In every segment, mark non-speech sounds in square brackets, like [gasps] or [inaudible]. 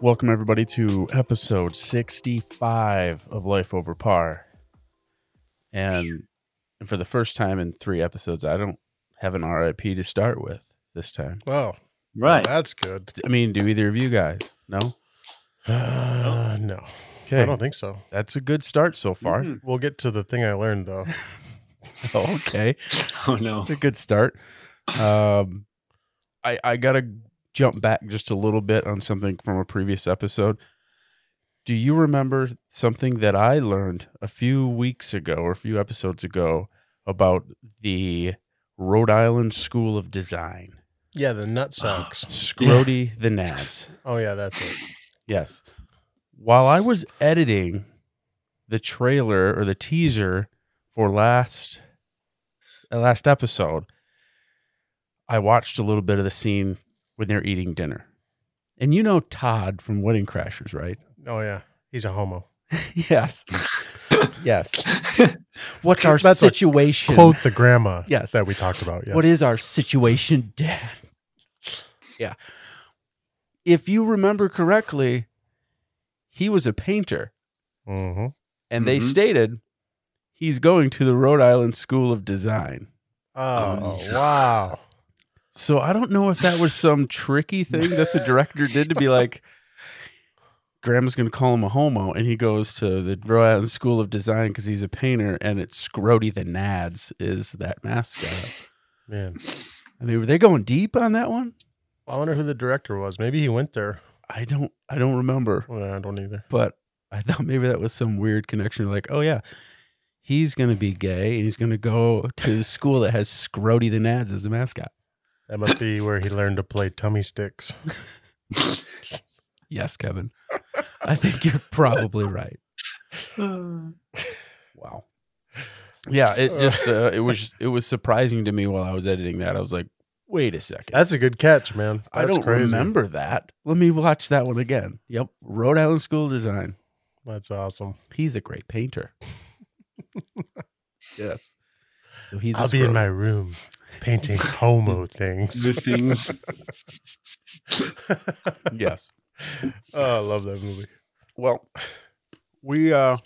Welcome, everybody, to episode 65 of Life Over Par. And for the first time in three episodes, I don't have an RIP to start with this time. Wow. Right. That's good. I mean, do either of you guys? No? Uh, [sighs] no, I Okay. don't think so. That's a good start so far. Mhm. We'll get to the thing I learned though. Mm-hmm. [laughs] okay. [laughs] Oh no. It's a good start. Um, I, I got to jump back just a little bit on something from a previous episode. Do you remember something that I learned a few weeks ago or a few episodes ago about the Rhode Island School of Design? Yeah, the nut [sighs] socks. Scrody the Nads. Oh yeah, that's it. Yes. While I was editing the trailer or the teaser for last uh, last episode, I watched a little bit of the scene when they're eating dinner. And you know Todd from Wedding Crashers, [laughs] right? Oh yeah, he's a homo. yes. [laughs] yes. What's our That's a situation? Quote the grandma. Yes. that we talked about. Yes. What is our situation, [laughs] Dad? yeah. If you remember correctly, he was a painter. hmm and they Mhm. stated he's going to the Rhode Island School of Design. Oh Um, wow. So I don't know if that was some tricky thing that the director did to be like, Grandma's going to call him a homo, and he goes to the Rhode Island School of Design because he's a painter, and it's Scrody the Nads is that mascot. Man, I mean, were they going deep on that one? I wonder who the director was. Maybe he went there. I don't, I don't remember, Well, I don't either. but I thought maybe that was some weird connection. Like, oh yeah, he's going to be gay, and he's going to go to the school that has Scrody the Nads as the mascot. That must be where he learned to play tummy sticks. Yes, Kevin. I think you're probably right. [sighs] Wow. Yeah, it just uh, it was just, it was surprising to me while I was editing that. I was like, "Wait a second. That's a good catch, man. I That's don't crazy. remember that. Let me watch that one again." Yep, Rhode Island School Design. That's awesome. He's a great painter. yes. So he's a I'll be in scrub. my room painting [laughs] homo things. the things. Yes. oh, I love that movie. Well, we uh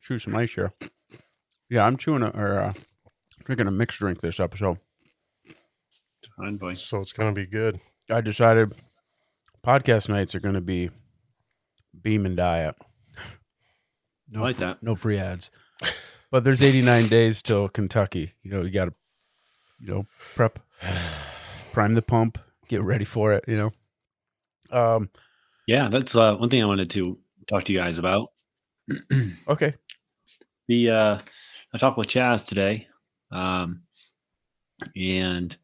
chew some ice here. Yeah, I'm chewing a, or uh, drinking a mixed drink this episode. Fine boy. So it's gonna be good. I decided podcast nights are going to be Beam and Diet. I like that. No free ads. [laughs] But there's 89 days till Kentucky. You know, you got to, you know, prep, [sighs] prime the pump, get ready for it. You know. Um. Yeah, that's uh, one thing I wanted to talk to you guys about. Okay. the uh I talked with Chaz today. Um and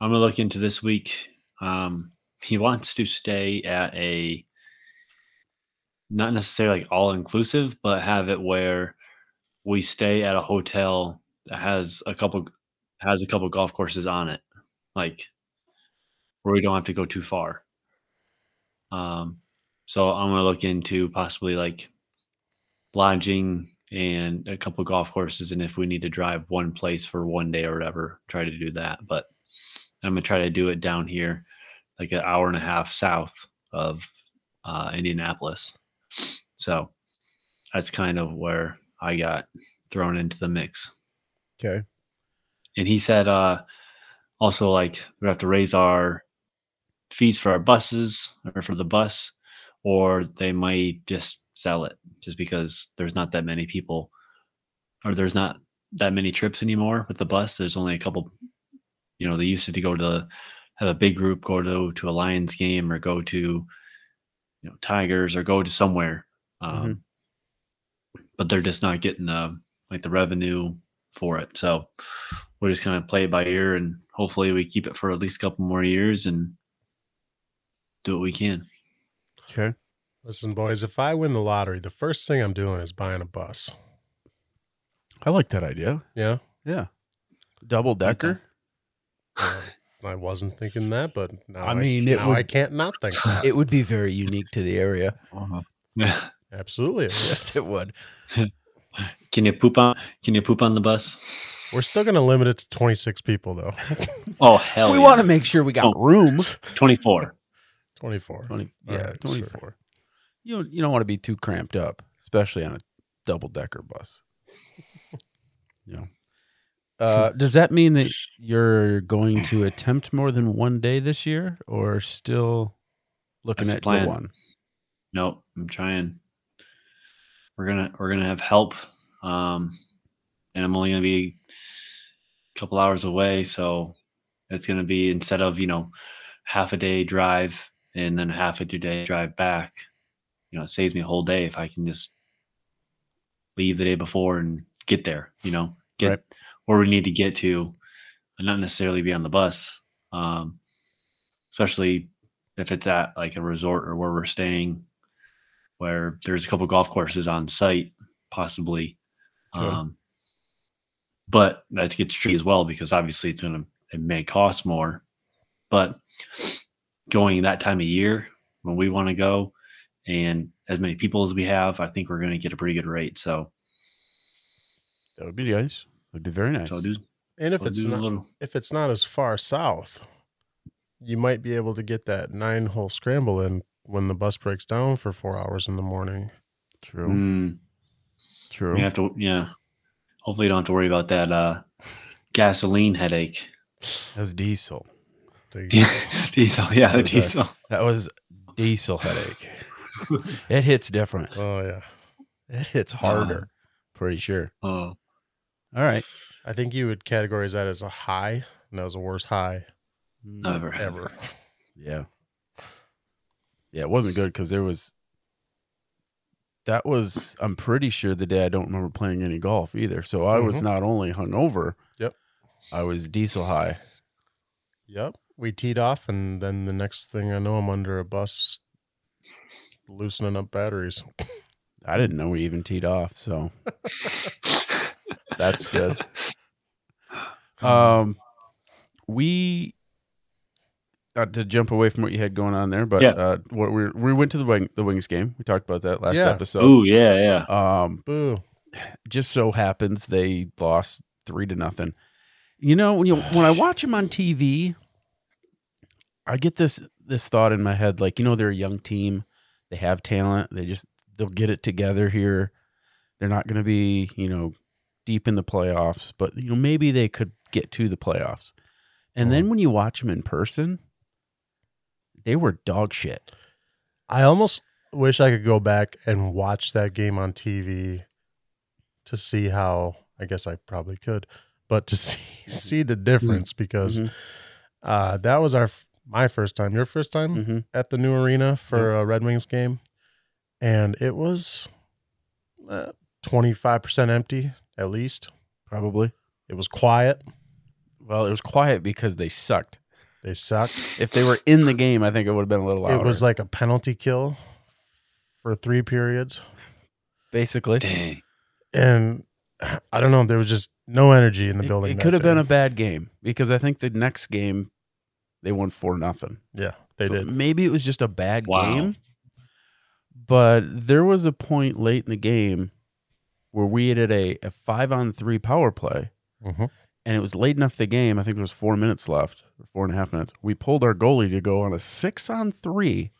I'm gonna look into this week. Um he wants to stay at a not necessarily like all inclusive, but have it where we stay at a hotel that has a couple has a couple golf courses on it. Like where we don't have to go too far. Um so I'm gonna look into possibly like lodging and a couple golf courses and if we need to drive one place for one day or whatever try to do that but i'm going to try to do it down here like an hour and a half south of uh, indianapolis so that's kind of where i got thrown into the mix Okay. and he said uh also like we have to raise our fees for our buses or for the bus or they might just sell it just because there's not that many people or there's not that many trips anymore with the bus there's only a couple you know they used to go to have a big group go to to a lions game or go to you know tigers or go to somewhere um, but they're just not getting the like the revenue for it so we're just kind of play it by ear and hopefully we keep it for at least a couple more years and do what we can. Okay. Listen, boys, if I win the lottery, the first thing I'm doing is buying a bus. I like that idea. Yeah. Yeah. Double decker. Uh, I wasn't thinking that, but now I I mean, mean, it now I would- can't not [laughs] think that. It would be very unique to the area. [laughs] Uh-huh. Yeah. Absolutely. it would. Yes, it would. [laughs] Can you poop on? Can you poop on the bus? We're still going to limit it to 26 people, though. Oh hell! we yeah. want to make sure we got Oh. room. twenty-four. 24. 20, All yeah, right, 24. You don't, you don't want to be too cramped up, especially on a double decker bus. [laughs] you know. Uh, does that mean that you're going to attempt more than one day this year or still looking That's the at the plan. one? Nope, I'm trying. We're gonna we're gonna have help, um, and I'm only gonna be a couple hours away, so it's gonna be instead of you know half a day drive and then half a two day drive back. You know, it saves me a whole day if I can just leave the day before and get there. You know, get Right. where we need to get to, and not necessarily be on the bus. Um, especially if it's at like a resort or where we're staying, where there's a couple golf courses on site, possibly. Sure. Um, but that gets tricky as well because obviously it's gonna it may cost more. But going that time of year when we want to go, and as many people as we have, I think we're gonna get a pretty good rate. So, That would be nice. That would be very nice. so do And if so it's do a not little. if it's not as far south, you might be able to get that nine hole scramble in when the bus breaks down for four hours in the morning. True. Mm, True. We have to, yeah. Hopefully, you don't have to worry about that uh, gasoline headache. [laughs] That was diesel. They- diesel, yeah, the Okay. diesel. That was diesel [laughs] headache. it hits different. oh yeah. It hits harder. Uh. pretty sure. Oh, All right. I think you would categorize that as a high, and that was the worst high Mm. never ever. ever. Yeah. Yeah, it wasn't good because there was. That was, I'm pretty sure, the day I don't remember playing any golf either. So I was Mhm. not only hungover. Yep. I was diesel high. Yep. We teed off, and then the next thing I know, I'm under a bus loosening up batteries. I didn't know we even teed off. So that's good. Um, we not to jump away from what you had going on there, but Yeah. uh, what we we went to the wing, the wings game. We talked about that last Yeah. episode. Ooh, yeah, yeah. Um, Boo. just so happens they lost three to nothing. You know when you when I watch them on TV, I get this this thought in my head like you know they're a young team, they have talent, they just they'll get it together here. They're not going to be you know deep in the playoffs, but you know maybe they could get to the playoffs. And then when you watch them in person, they were dog shit. I almost wish I could go back and watch that game on TV to see how. I guess I probably could, but to [laughs] see see the difference because Mhm. uh, that was our f- my first time, your first time Mhm. at the new arena for a Red Wings game, and it was twenty five percent empty at least. Probably. It was quiet. Well, it was quiet because they sucked. They sucked. If they were in the game, I think it would have been a little louder. It was like a penalty kill for three periods. basically. Dang. and I don't know. There was just no energy in the It- building. It, that could have been day. a bad game because I think the next game they won four nothing. yeah. They So did. Maybe it was just a bad Wow. game. But there was a point late in the game where we had a, a five on three power play Mhm. and it was late enough the game. I think it was four minutes left, or four and a half minutes. We pulled our goalie to go on a six on three,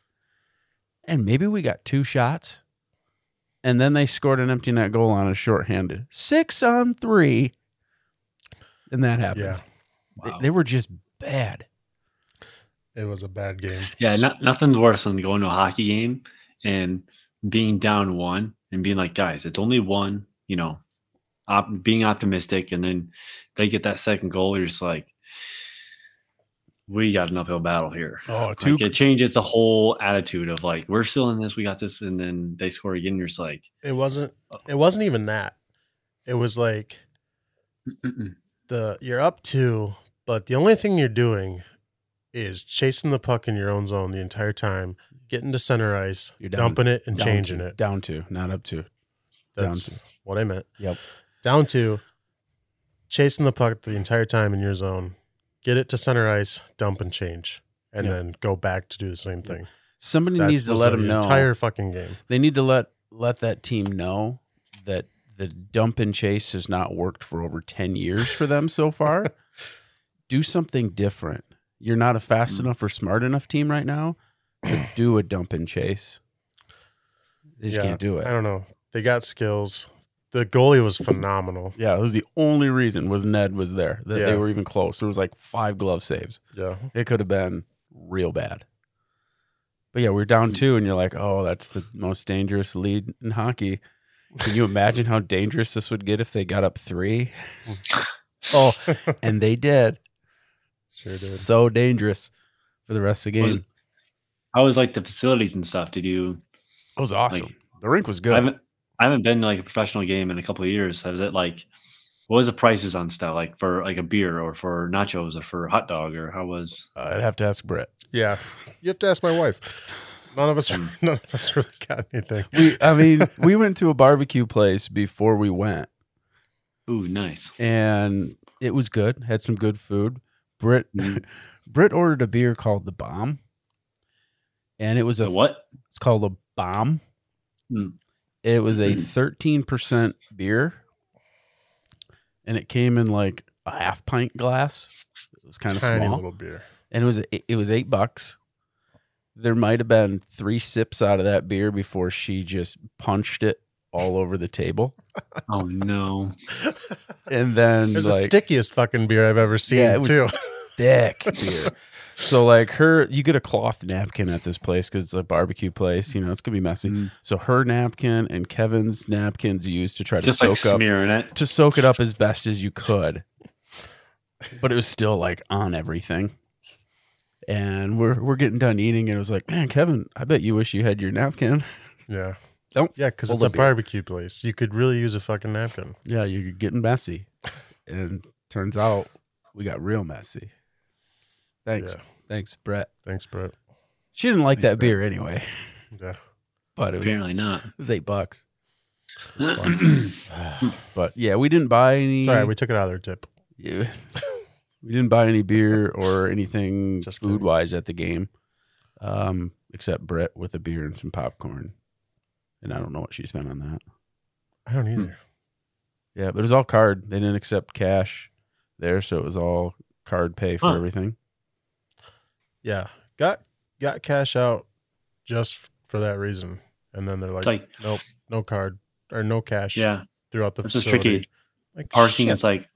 and maybe we got two shots. And then they scored an empty net goal on a shorthanded six on three, and that Yeah. happens. They- Wow. They, were just bad. It was a bad game. Yeah, not, nothing's worse than going to a hockey game and being down one and being like, guys, it's only one, you know, op- being optimistic. And then they get that second goal. You're just like, we got an uphill battle here. Oh, Like, it changes the whole attitude of like, we're still in this, we got this. And then they score again. You're just like, It wasn't. It wasn't even that. It was like "Mm-mm-mm." the you're up to, but the only thing you're doing is chasing the puck in your own zone the entire time, getting to center ice, You're down- dumping it and Down changing to- it. Down to, not up to. down That's what I meant. Yep. Down to chasing the puck the entire time in your zone, get it to center ice, dump and change, and Yep. then go back to do the same thing. Somebody That needs to was let the them know. Entire fucking game. they need to let let that team know that the dump and chase has not worked for over 10 years for them so [laughs] far do something different you're not a fast Mm. enough or smart enough team right now to do a dump and chase they just Yeah, can't do I it don't know. They got skills. The goalie was phenomenal. yeah it was the only reason was ned was there that they Yeah. were even close there was like five glove saves Yeah. it could have been real bad but yeah we're down two and you're like oh that's the most dangerous lead in hockey Can you imagine how dangerous this would get if they got up three? [laughs] Oh, And they did. [laughs] sure did. So dangerous for the rest of the game. Was- I was like the facilities and stuff. Did you? it was awesome. like- the rink was I good. haven't I haven't been to like a professional game in a couple of years. I was at like what was the prices on stuff like for like a beer or for nachos or for a hot dog or how was Uh, I'd have to ask Brett. Yeah. You have to ask my wife. None of us Mm. [laughs] none of us really got anything. We, I mean, we went to a barbecue place before we went, ooh nice. and it was good. Had some good food. Britt, Mm. [laughs] Britt ordered a beer called the Bomb, and it was a The what? It's called a bomb. Mm. It was a thirteen percent beer, and it came in like a half pint glass. It was kind of Tiny small, little beer. and it was it was eight bucks. There might have been three sips out of that beer before she just punched it all over the table, Oh no. and then It was the like stickiest fucking beer I've ever seen, Yeah, it was- too. thick [laughs] beer. So like her, you get a cloth napkin at this place because it's a barbecue place. You know it's gonna be messy. Mm. So her napkin and Kevin's napkins used to try to Just soak like up smearing it. to soak it up as best as you could. But it was still like on everything. And we're we're getting done eating, and it was like, man, Kevin, I bet you wish you had your napkin. [laughs] Yeah. Nope. Yeah, because Full it's a of beer. barbecue place. You could really use a fucking napkin. Yeah, you're getting messy. And turns out we got real messy. Thanks, Yeah. thanks, Brett. Thanks, Brett. She didn't like Thanks, that beer anyway, Yeah. but it was it Apparently not. was eight [sighs] bucks. [sighs] [clears throat] That's But yeah, we didn't buy Mm. any. Sorry, we took it out of their tip. Yeah. [laughs] we didn't buy any beer or anything [laughs] Just food kidding. wise at the game, um, except Brett with a beer and some popcorn. And I don't know what she spent on that. I don't Hmm. either. Yeah, but it was all card. They didn't accept cash there, so it was all card pay for Huh. everything. Yeah. Got got cash out just f- for that reason. And then they're like, like nope, no card or no cash yeah, throughout the this is facility. tricky. Like, Parking shit. is like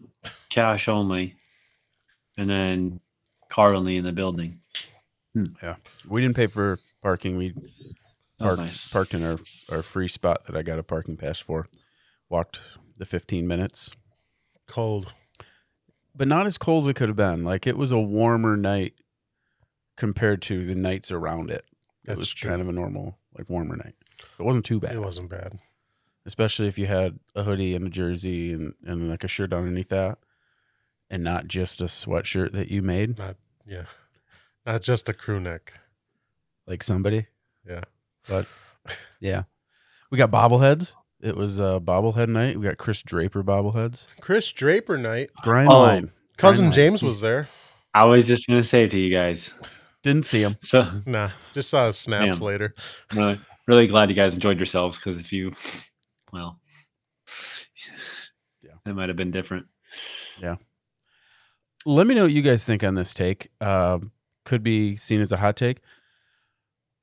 cash only, and then car only in the building. We didn't pay for parking. We That was parked nice. parked in our, our free spot that I got a parking pass for. Walked the fifteen minutes. cold. but not as cold as it could have been. Like it was a warmer night compared to the nights around it. it That's was true. kind of a normal, like warmer night. So it wasn't too bad, It wasn't bad. especially if you had a hoodie and a jersey and, and like a shirt underneath that, and not just a sweatshirt that you made, Yeah. [laughs] Not just a crew neck. like somebody. Yeah. [laughs] but yeah, we got bobbleheads. It was uh, bobblehead night. We got Chris Draper bobbleheads. Chris Draper night. Grind Oh. line. Cousin Timeline. James Hmm. was there. I was just gonna say to you guys. Didn't see him. So Nah, just saw his snaps Damn. later. really, really glad you guys enjoyed yourselves because if you, well, Yeah. yeah, it might have been different. let me know what you guys think on this take. Um, could be seen as a hot take.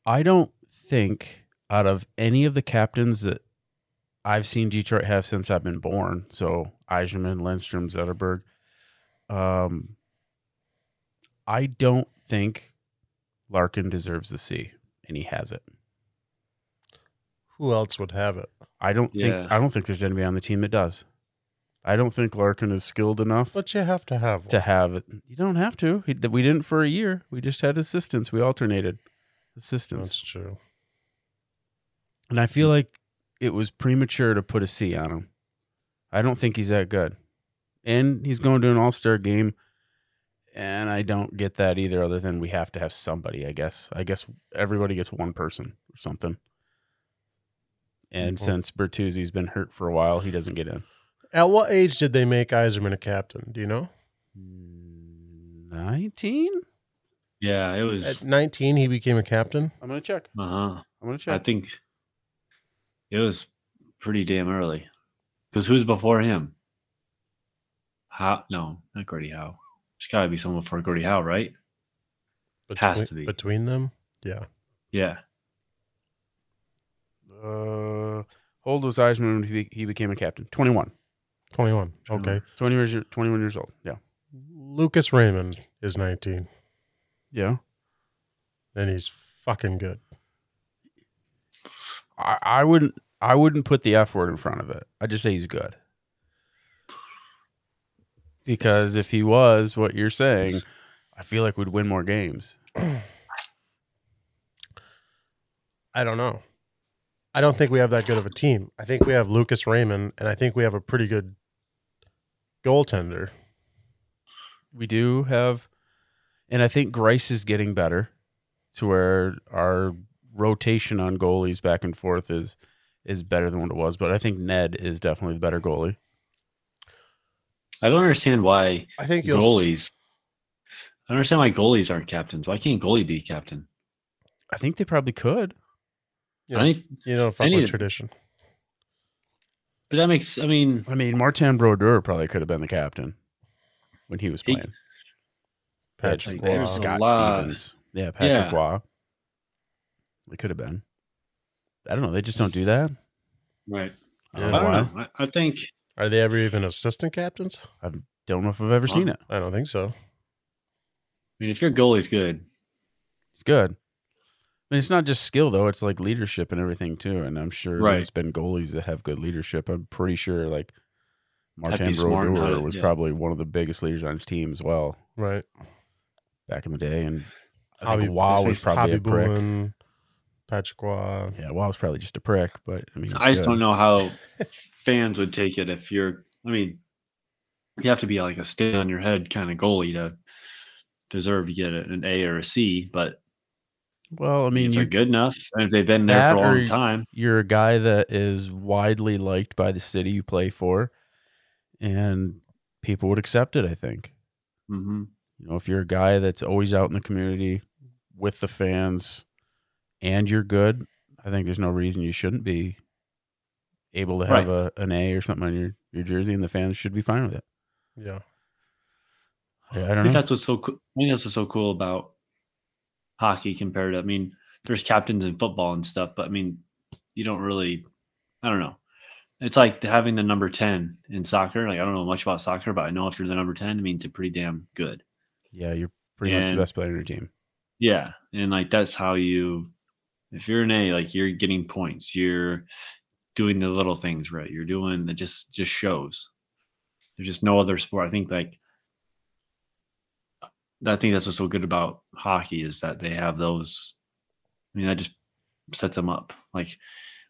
I don't think out of any of the captains that I've seen Detroit have since I've been born, so Eiserman, Lindstrom, Zetterberg, um, I don't think Larkin deserves the C, and he has it. Who else would have it? I don't Yeah. think I don't think there's anybody on the team that does. I don't think Larkin is skilled enough. But you have to have one. to have it. You don't have to. He- We didn't for a year. We just had assistance. We alternated That's assistance. true. And I feel like it was premature to put a C on him. I don't think he's that good. And he's going to an all star game. And I don't get that either, other than we have to have somebody, I guess. I guess everybody gets one person or something. And Well- since Bertuzzi's been hurt for a while, he doesn't get in. At what age did they make Eiserman a captain? Do you know? 19? Yeah, it At was. 19, he became a captain. I'm going to check. Uh huh. I'm going to I check. think it was pretty damn early. Because who's before him? How? No, not Gordie Howe. There's got to be someone before Gordie Howe, right? Has to be. between them. Yeah, Yeah. uh, hold was Eisman when he, he became a captain. 21. 21. Sure. Okay, 20 years, 21 years old. Yeah. Lucas Raymond is 19, Yeah. and he's fucking good. I, I wouldn't. I wouldn't put the F word in front of it. I just say he's good. Because if he was what you're saying, I feel like we'd win more games. I don't know. I don't think we have that good of a team. I think we have Lucas Raymond, and I think we have a pretty good goaltender. We do have, and I think Grice is getting better to where our rotation on goalies back and forth is is better than what it was. But I think Ned is definitely the better goalie. I don't understand why I think you'll goalies. I don't understand why goalies aren't captains. Why can't goalie be captain? I think they probably could. Yeah. I need, You know, fuck Any with of- tradition. but that makes. I mean, I mean, Martin Brodeur probably could have been the captain when he was He- playing. Patrick Like, Waugh. there's a Scott lot. Stevens. Yeah, Patrick Yeah. Waugh. It could have been. I don't know. They just don't do that. right? I I don't, know don't why. know. I, I think Are they ever even assistant captains? Don't know if I've ever seen it. I don't think so. I mean, if your goalie's good, It's good. I mean, it's not just skill though; it's like leadership and everything too. And I'm sure Right. there's been goalies that have good leadership. I'm pretty sure like Had to Martin be smart and how Brodeur to- was yeah. probably one of the biggest leaders on his team as well Right. back in the day. And I Hobby- think Waugh was probably Hobby a prick. Bullen, Patrick Waugh. Yeah, Waugh was probably just a prick, but I mean, I just don't know how fans would take it if you're. I mean, you have to be like a stand on your head kind of goalie to deserve to get a- an A or a C. But Well, I I mean, mean, if you they're good enough and if they've been there That for a long or- time, you're a guy that is widely liked by the city you play for and people would accept it i think hmm you know if you're a guy that's always out in the community with the fans and you're good i think there's no reason you shouldn't be able to have a, an a or something on your, your jersey and the fans should be fine with it Yeah. i, I I don't think know that's what's so. Cool. I think that's what's so cool about hockey compared to. I mean, there's captains in football and stuff, but I mean, you don't really. I don't know. It's like having the number ten in soccer. Like I don't know much about soccer, but I know if you're the number ten, it means you're pretty damn good. yeah you're pretty much the And- best player on your team Yeah. And like that's how you if you're an A, like you're getting points, you're doing the little things right. You're doing it just just shows. There's just no other sport. I think like uh, I think that's what's so good about hockey is that they have those I mean that just sets them up. Like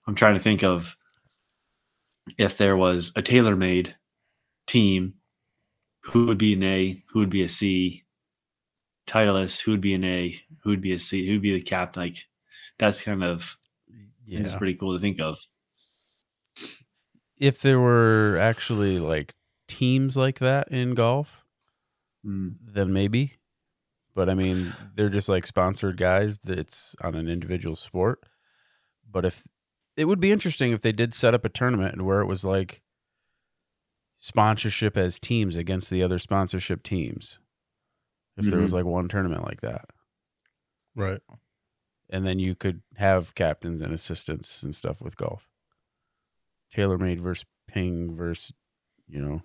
I'm trying to think of if there was a tailor made team, who would be an A, who would be a C, Titleist, who'd be an A, who'd be a C, who'd be the cap. Like that's kind of yeah. it's yeah pretty cool to think of. if there were actually like teams like that in golf Mm, then maybe. But I mean, they're just like sponsored guys that's on an individual sport. But if it would be interesting if they did set up a tournament where it was like sponsorship as teams against the other sponsorship teams. If there was like one tournament like that. Right. And then you could have captains and assistants and stuff with golf. TaylorMade versus Ping versus, you know,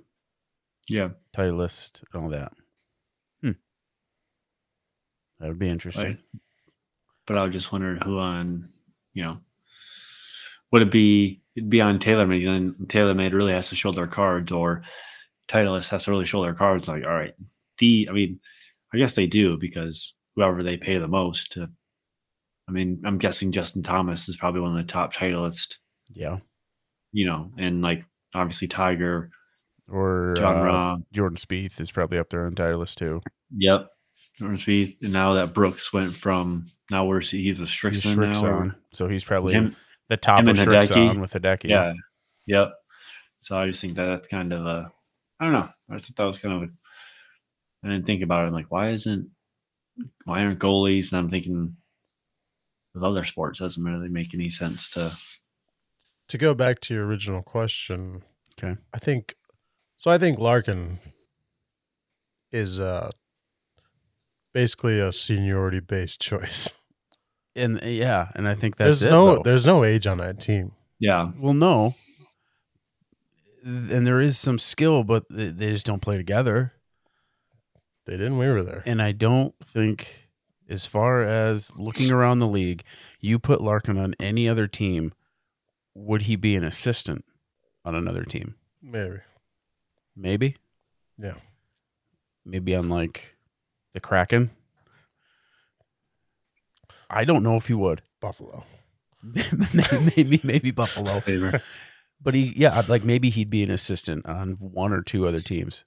yeah, Titleist and all that. Hmm. That would be interesting. Right. but I was just wondering who on you know would it be? It'd be on TaylorMade. Then TaylorMade really has to shoulder cards, or Titleist has to really shoulder cards. Like all right, the I mean, I guess they do because whoever they pay the most. To, I mean, I'm guessing Justin Thomas is probably one of the top Titleist. Yeah. You know, and like obviously Tiger, Or John uh, Rahm. Jordan Spieth is probably up there on Titleist too. Yep. Ormsby. And now that Brooks went from now where is he? He's with He's Strickland now. or- Shrixon, so he's probably Him- the top him of and Shrixon Hideki. with Hideki. yeah. Yep. So I just think that that's kind of a, I don't know. I thought that was kind of a, I didn't think about it. I'm like, why isn't, why aren't goalies? And I'm thinking with other sports, doesn't really make any sense to, to go back to your original question, Okay. I think so. I think Larkin is uh basically a seniority based choice. [laughs] and uh, yeah, and I think that's There's it, no though. there's no age on that team. yeah. Well, no, and there is some skill, but they they just don't play together. They didn't. when We were there. And I don't think, as far as looking around the league, you put Larkin on any other team, would he be an assistant on another team? Maybe Maybe. Yeah. Maybe on like the Kraken. I don't know if he would. Buffalo. [laughs] maybe maybe Buffalo. Favor. But he yeah, like maybe he'd be an assistant on one or two other teams.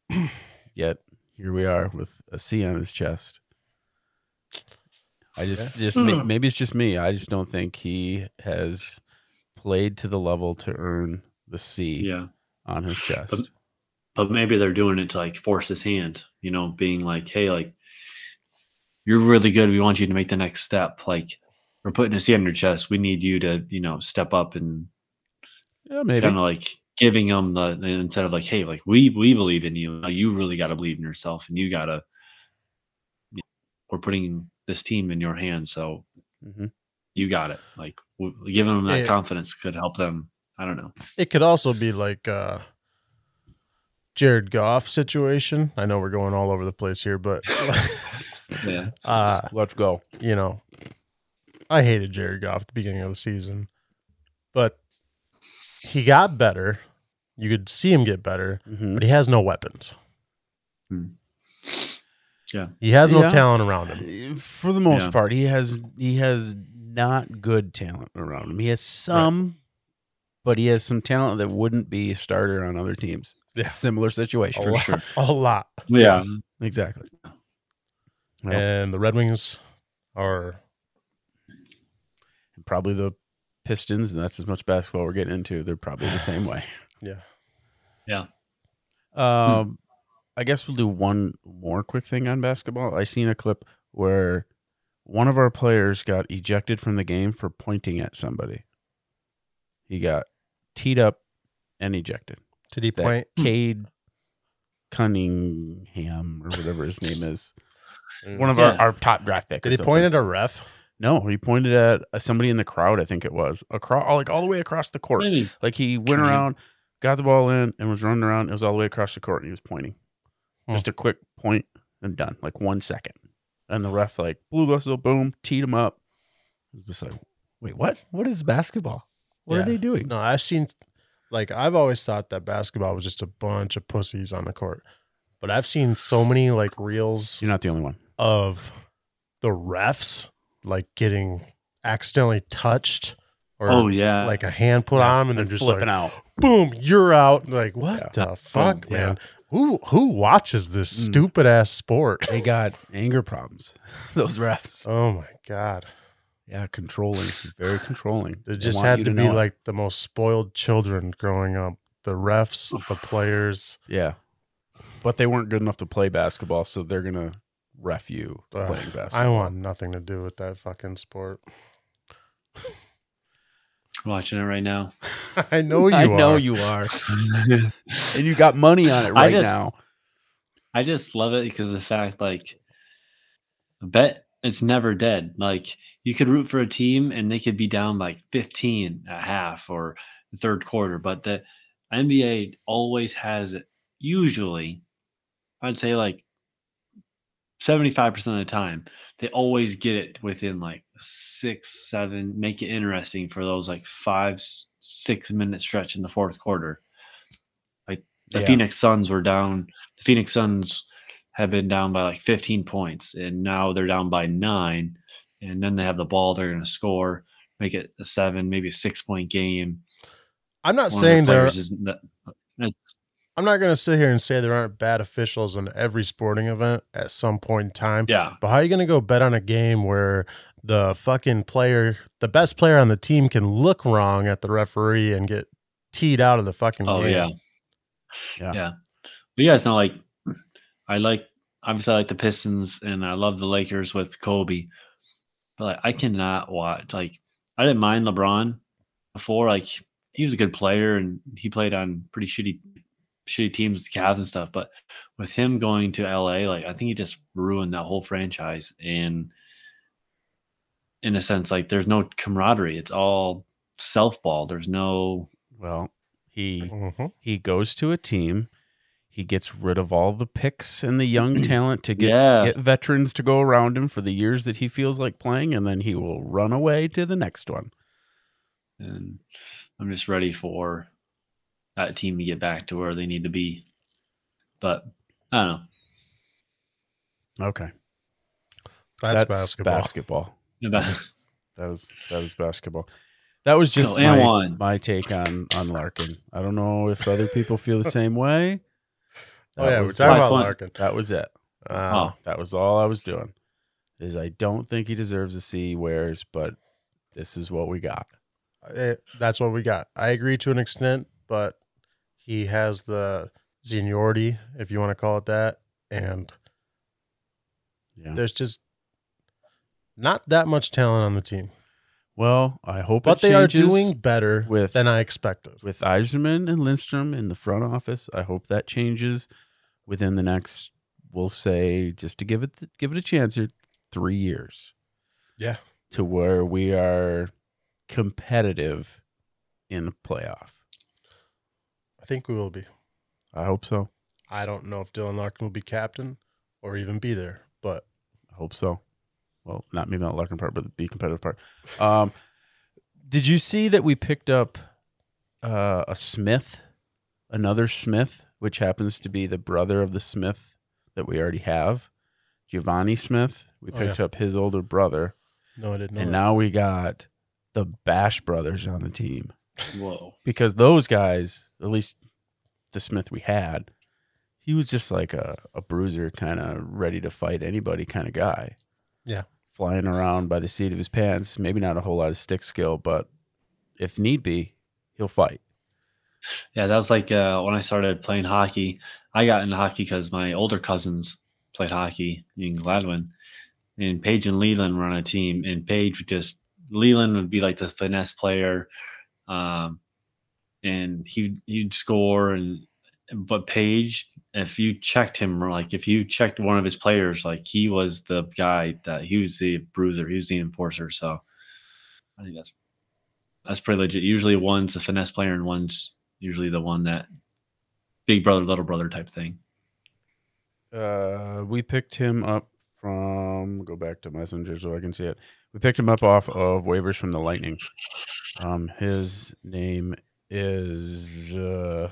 Yet here we are with a C on his chest. I just just may, Hmm. maybe it's just me. I just don't think he has played to the level to earn the C Yeah. on his chest. But maybe they're doing it to like force his hand, you know, being like, hey, like, you're really good. We want you to make the next step. Like, we're putting a C on your chest. We need you to, you know, step up and yeah, it's maybe. kind of like giving them the the- instead of like hey like we we believe in you like, you really got to believe in yourself and you gotta we're putting this team in your hands so Mhm. you got it like w- giving them that Yeah. confidence could help them i don't know It could also be like uh Jared Goff situation. I know we're going all over the place here, but [laughs] yeah uh Let's go. you know, I hated Jared Goff at the beginning of the season, but he got better. You could see him get better, Mhm. but he has no weapons. Hmm. Yeah. He has no Yeah. talent around him. for the most Yeah. part, he has he has not good talent around him. He has some, but he has some talent that wouldn't be a starter on other teams. Yeah. Similar situation. A lot. A lot. yeah [laughs] Exactly. Well. And the Red Wings are And probably the Pistons, and that's as much basketball we're getting into. They're probably the same [laughs] way. Yeah. Yeah. Hmm. Um, I guess we'll do one more quick thing on basketball. I seen a clip where one of our players got ejected from the game for pointing at somebody. He got teed up and ejected. did he That point? Cade Cunningham or whatever his name is, one of Yeah. our, our top draft pick. or Did he something. point at a ref? No, he pointed at uh, somebody in the crowd. I think it was across, like all the way across the court. Maybe. Like he went Right. around, got the ball in, and was running around. It was all the way across the court, and he was pointing. Hmm. Just a quick point and done, like one second. And the ref like blew the whistle, boom, teed him up. It was just like, wait, what? What is basketball? What Yeah. are they doing? No, I've seen like I've always thought that basketball was just a bunch of pussies on the court. But I've seen so many like reels You're not the only one. of the refs like getting accidentally touched or oh yeah like a hand put on them and they're just flipping out. like boom you're out And like what Yeah. Oh, the fuck yeah. man who who watches this Mm. stupid ass sport [laughs] They got anger problems. [laughs] Those refs. oh my god Yeah, controlling, very controlling. it They just want had you to, be know it. like the most spoiled children growing up the refs the players Yeah. But they weren't good enough to play basketball, so they're gonna ref you Ugh, playing basketball. i want nothing to do with that fucking sport [laughs] watching it right now i know [laughs] you I know are. you are. And you got money on it I right just- now. I just love it because the fact like a bet it's never dead. Like you could root for a team and they could be down like 15 at half or the third quarter, but the NBA always has it usually I'd say like 75% of the time, they always get it within like six, seven, make it interesting for those like five, s- six minute stretch in the fourth quarter. Like the Yeah. Phoenix Suns were down, the Phoenix Suns have been down by like 15 points, and now they're down by nine. And then they have the ball, they're going to score, make it a seven, maybe a six point game. i'm not One of their saying they're players is n- it's- i'm I'm not going to sit here and say there aren't bad officials in every sporting event at some point in time. Yeah. But how are you going to go bet on a game where the fucking player, the best player on the team, can look wrong at the referee and get teed out of the fucking Oh game? yeah. Yeah. Yeah. But yeah, it's not like I like obviously I like the Pistons and I love the Lakers with Kobe. But like I cannot watch like I didn't mind LeBron before. Like he was a good player and he played on pretty shitty shitty teams, the Cavs and stuff. But with him going to LA, like I think he just ruined that whole franchise and in a sense, like there's no camaraderie. It's all self ball. There's no Well, he Mhm. he goes to a team. He gets rid of all the picks and the [clears throat] young talent to get Yeah. get veterans to go around him for the years that he feels like playing, and then he will run away to the next one. and I'm just ready for that team to get back to where they need to be. But I don't know. Okay, That's, basketball. basketball. About, That is that is basketball. That was just So, and my, one. my take on on Larkin. I don't know if other people feel the same way. [laughs] Oh yeah, we're was, talking my about point. Larkin. that was it. Uh, That was all I was doing. Is I don't think he deserves to see wears, but this is what we got. it- eh, that's what we got. I agree to an extent, but he has the seniority, if you want to call it that, and Yeah. there's just not that much talent on the team. Well, I hope But it they are changes doing better with- than I expected. with Eiserman and Lindstrom in the front office. I hope that changes within the next. We'll say just to give it give it a chance here, three years. Yeah. to where we are competitive in a playoff. I think we will be. I hope so. I don't know if Dylan Larkin will be captain or even be there, but I hope so. Well, not maybe not Larkin part, but the competitive part. Um, did you see that we picked up uh, a Smith, another Smith, which happens to be the brother of the Smith that we already have, Giovanni Smith. We Oh, picked up his older brother, no, I didn't know. and that. now we got the Bash brothers on the team. whoa. because those guys, at least the Smith we had, he was just like a, a bruiser, kind of ready to fight anybody kind of guy. Yeah. Flying around by the seat of his pants. Maybe not a whole lot of stick skill, but if need be, he'll fight. Yeah, that was like uh, when I started playing hockey. I got into hockey because my older cousins played hockey in Gladwin, and Paige and Leland were on a team. And Paige would just Leland would be like the finesse player, um, and he he'd score. And but Paige, if you checked him or like if you checked one of his players, like he was the guy that he was the bruiser, he was the enforcer. So I think that's that's pretty legit. Usually, one's a finesse player and one's usually the one that big brother, little brother type thing. Uh, we picked him up from, go back to Messenger so I can see it. We picked him up off of waivers from the Lightning. Um, his name is. Uh,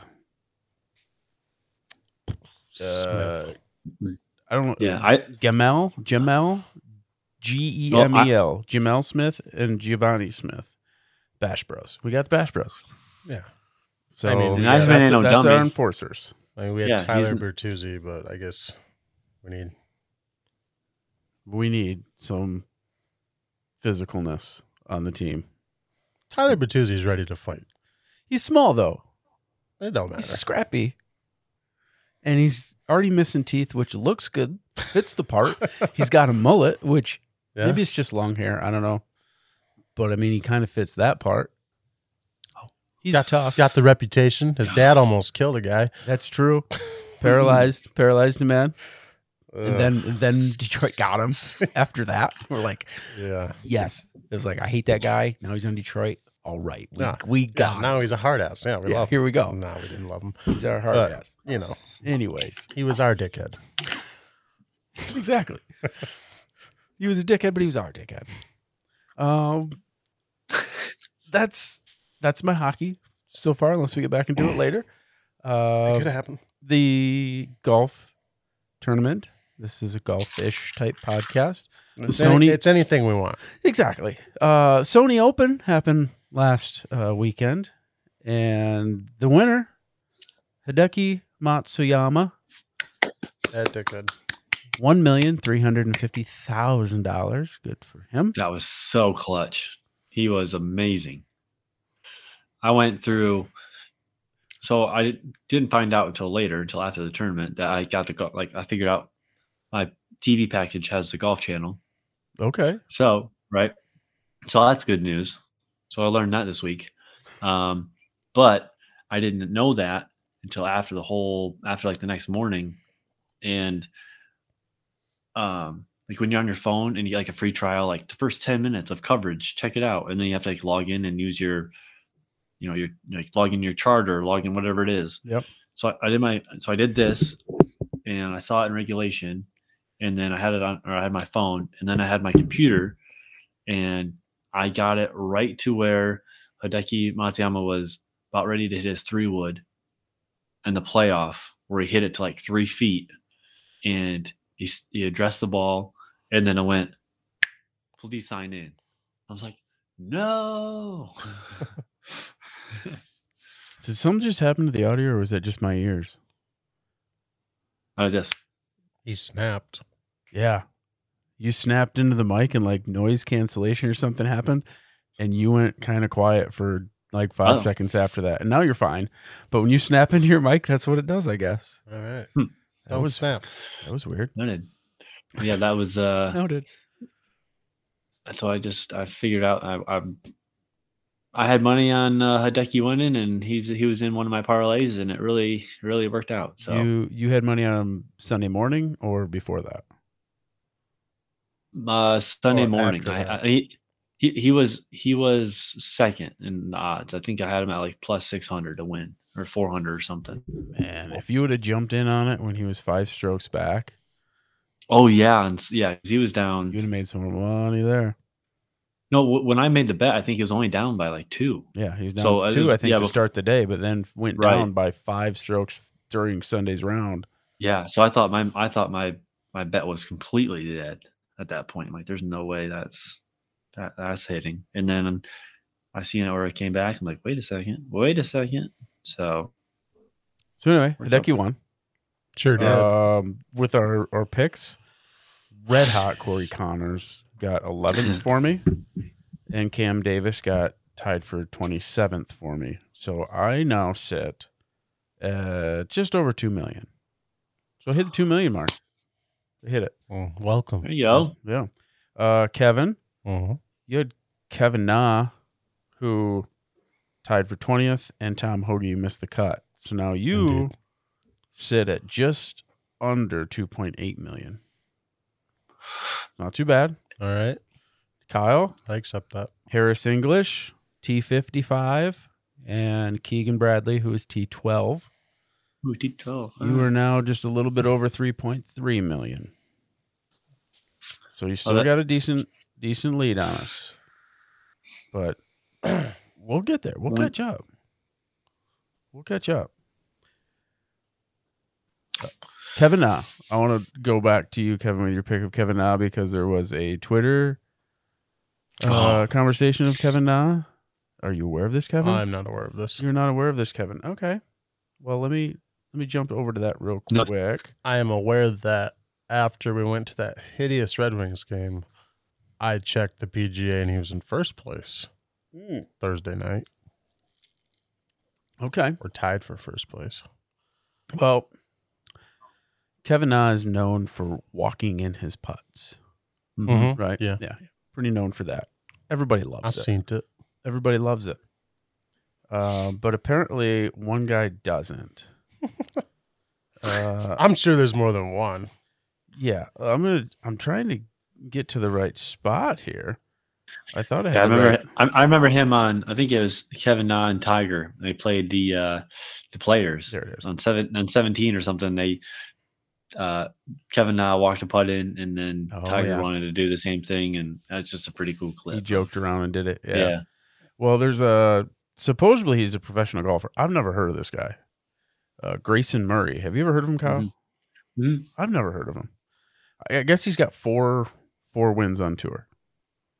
Smith. Uh, I don't. Yeah, I Gamel, Oh, Jamel, G E M E L, Jamel Smith and Giovanni Smith, Bash Bros. We got the Bash Bros. yeah. So I mean, yeah, Nice man that's, ain't no that's our dummy. enforcers. I mean, we had Yeah, he's- Tyler Bertuzzi, but I guess we need We need some physicalness on the team. Tyler Bertuzzi is ready to fight. He's small though. It don't matter. He's scrappy, and he's already missing teeth, which looks good. Fits the [laughs] part. he's got a mullet, which Yeah. maybe it's just long hair. I don't know, but I mean, he kind of fits that part. He's Oh. got, tough. Got the reputation. His dad almost killed a guy. That's true. [laughs] paralyzed, paralyzed man. And then and then Detroit got him [laughs] after that. We're like, yeah, yes. It was like, I hate that guy. Now he's on Detroit. All right. We, Nah. we got yeah. him. Now he's a hard ass. Yeah, we Yeah, love him. here we go. No, we didn't love him. He's our hard But, ass. You know, Anyways. [laughs] he was our dickhead. Exactly. he was a dickhead, but he was our dickhead. Um that's that's my hockey so far, unless we get back and [clears throat] do it later. It Uh, could happen. the golf tournament. This is a golf-ish type podcast. It's, Sony- any- it's anything we want. Exactly. Uh, Sony Open happened last uh, weekend, and the winner, Hideki Matsuyama, That did good. one million three hundred and fifty thousand dollars. Good for him. That was so clutch. He was amazing. I went through. So I didn't find out until later, until after the tournament, that I got the go- like I figured out my TV package has the golf channel. Okay. So right, so that's good news. So I learned that this week, um, but I didn't know that until after the whole after like the next morning, and um, like when you're on your phone and you get like a free trial, like the first ten minutes of coverage, check it out, and then you have to like log in and use your, you know, your like log in your charter, log in whatever it is. Yep. So I, I did my so I did this, and I saw it in regulation, and then I had it on or I had my phone, and then I had my computer, and I got it right to where Hideki Matsuyama was about ready to hit his three wood, and the playoff where he hit it to like three feet, and he s- he addressed the ball, and then I went, please sign in. I was like, no. [laughs] Did something just happen to the audio, or was that just my ears? I just He snapped. Yeah. You snapped into the mic and like noise cancellation or something happened, and you went kind of quiet for like five Oh. seconds after that. And now you're fine. But when you snap into your mic, that's what it does, I guess. All right. Hmm. That That was was- snap. That was weird. noted. Yeah, that was uh Noted. so I just I figured out I I, I had money on uh, Hideki winning, and he's he was in one of my parlays, and it really really worked out. So You you had money on him Sunday morning or before that? uh, Sunday Oh, morning, after I, that. I he, he he was he was second in the odds. I think I had him at like plus six hundred to win or four hundred or something. Man, if you would have jumped in on it when he was five strokes back, Oh yeah, and s- yeah, 'cause he was down. you'd have made some money there. No, w- when I made the bet, I think he was only down by like two. Yeah, he was down So, uh, two, I think, yeah, to bef- start the day, but then went Right. down by five strokes during Sunday's round. Yeah, so I thought my I thought my my bet was completely dead at that point. Like, there's no way that's that that's hitting. And then I seen it where it came back. I'm like, wait a second, wait a second. So So anyway, Worked out Hideki won. Sure did. Um, with our, our picks, red hot Corey Connors got 11th for me, and Cam Davis got tied for 27th for me. So I now sit uh, just over 2 million. So I hit the 2 million mark. I hit it. Mm, welcome. there you go. Yeah. Uh, Kevin, Mhm. you had Kevin Na, who tied for 20th, and Tom Hoagie missed the cut. So now you Indeed. sit at just under 2.8 million. Not too bad. All right. Kyle, I accept that. Harris English, T55, and Keegan Bradley, who is T12. Ooh, deep twelve. You are now just a little bit over 3.3 million. So you still that- got a decent decent lead on us. But [clears throat] we'll get there. We'll One- catch up. We'll catch up. Uh, Kevin Na, I want to go back to you, Kevin, with your pick of Kevin Na because there was a Twitter uh, conversation of Kevin Na. Are you aware of this, Kevin? I'm not aware of this. You're not aware of this, Kevin. Okay. Well, let me let me jump over to that real No. quick. I am aware that after we went to that hideous Red Wings game, I checked the PGA and he was in first place Hmm. Thursday night. Okay. We're tied for first place. Well, Kevin Na is known for walking in his putts, Mm-hmm. Mhm. right? Yeah. Yeah. Pretty known for that. Everybody loves I it. seen it. Everybody loves it. Uh, but apparently, one guy [laughs] doesn't. uh, I'm sure there's more than one. yeah, I'm gonna. I'm trying to get to the right spot here. I thought I had. Yeah, I the remember. right- I, I remember him on. I think it was Kevin Na and Tiger. They played the uh the players There it is. on seven on seventeen or something. They uh Kevin Na walked a putt in, and then Oh, Tiger yeah. wanted to do the same thing, and that's just a pretty cool clip. He joked around and did it. Mm. yeah. yeah. Well, there's a supposedly he's a professional golfer. I've never heard of this guy, uh, Grayson Murray. Have you ever heard of him, Kyle? Mhm. Mhm. I've never heard of him. I I guess he's got four four wins on tour.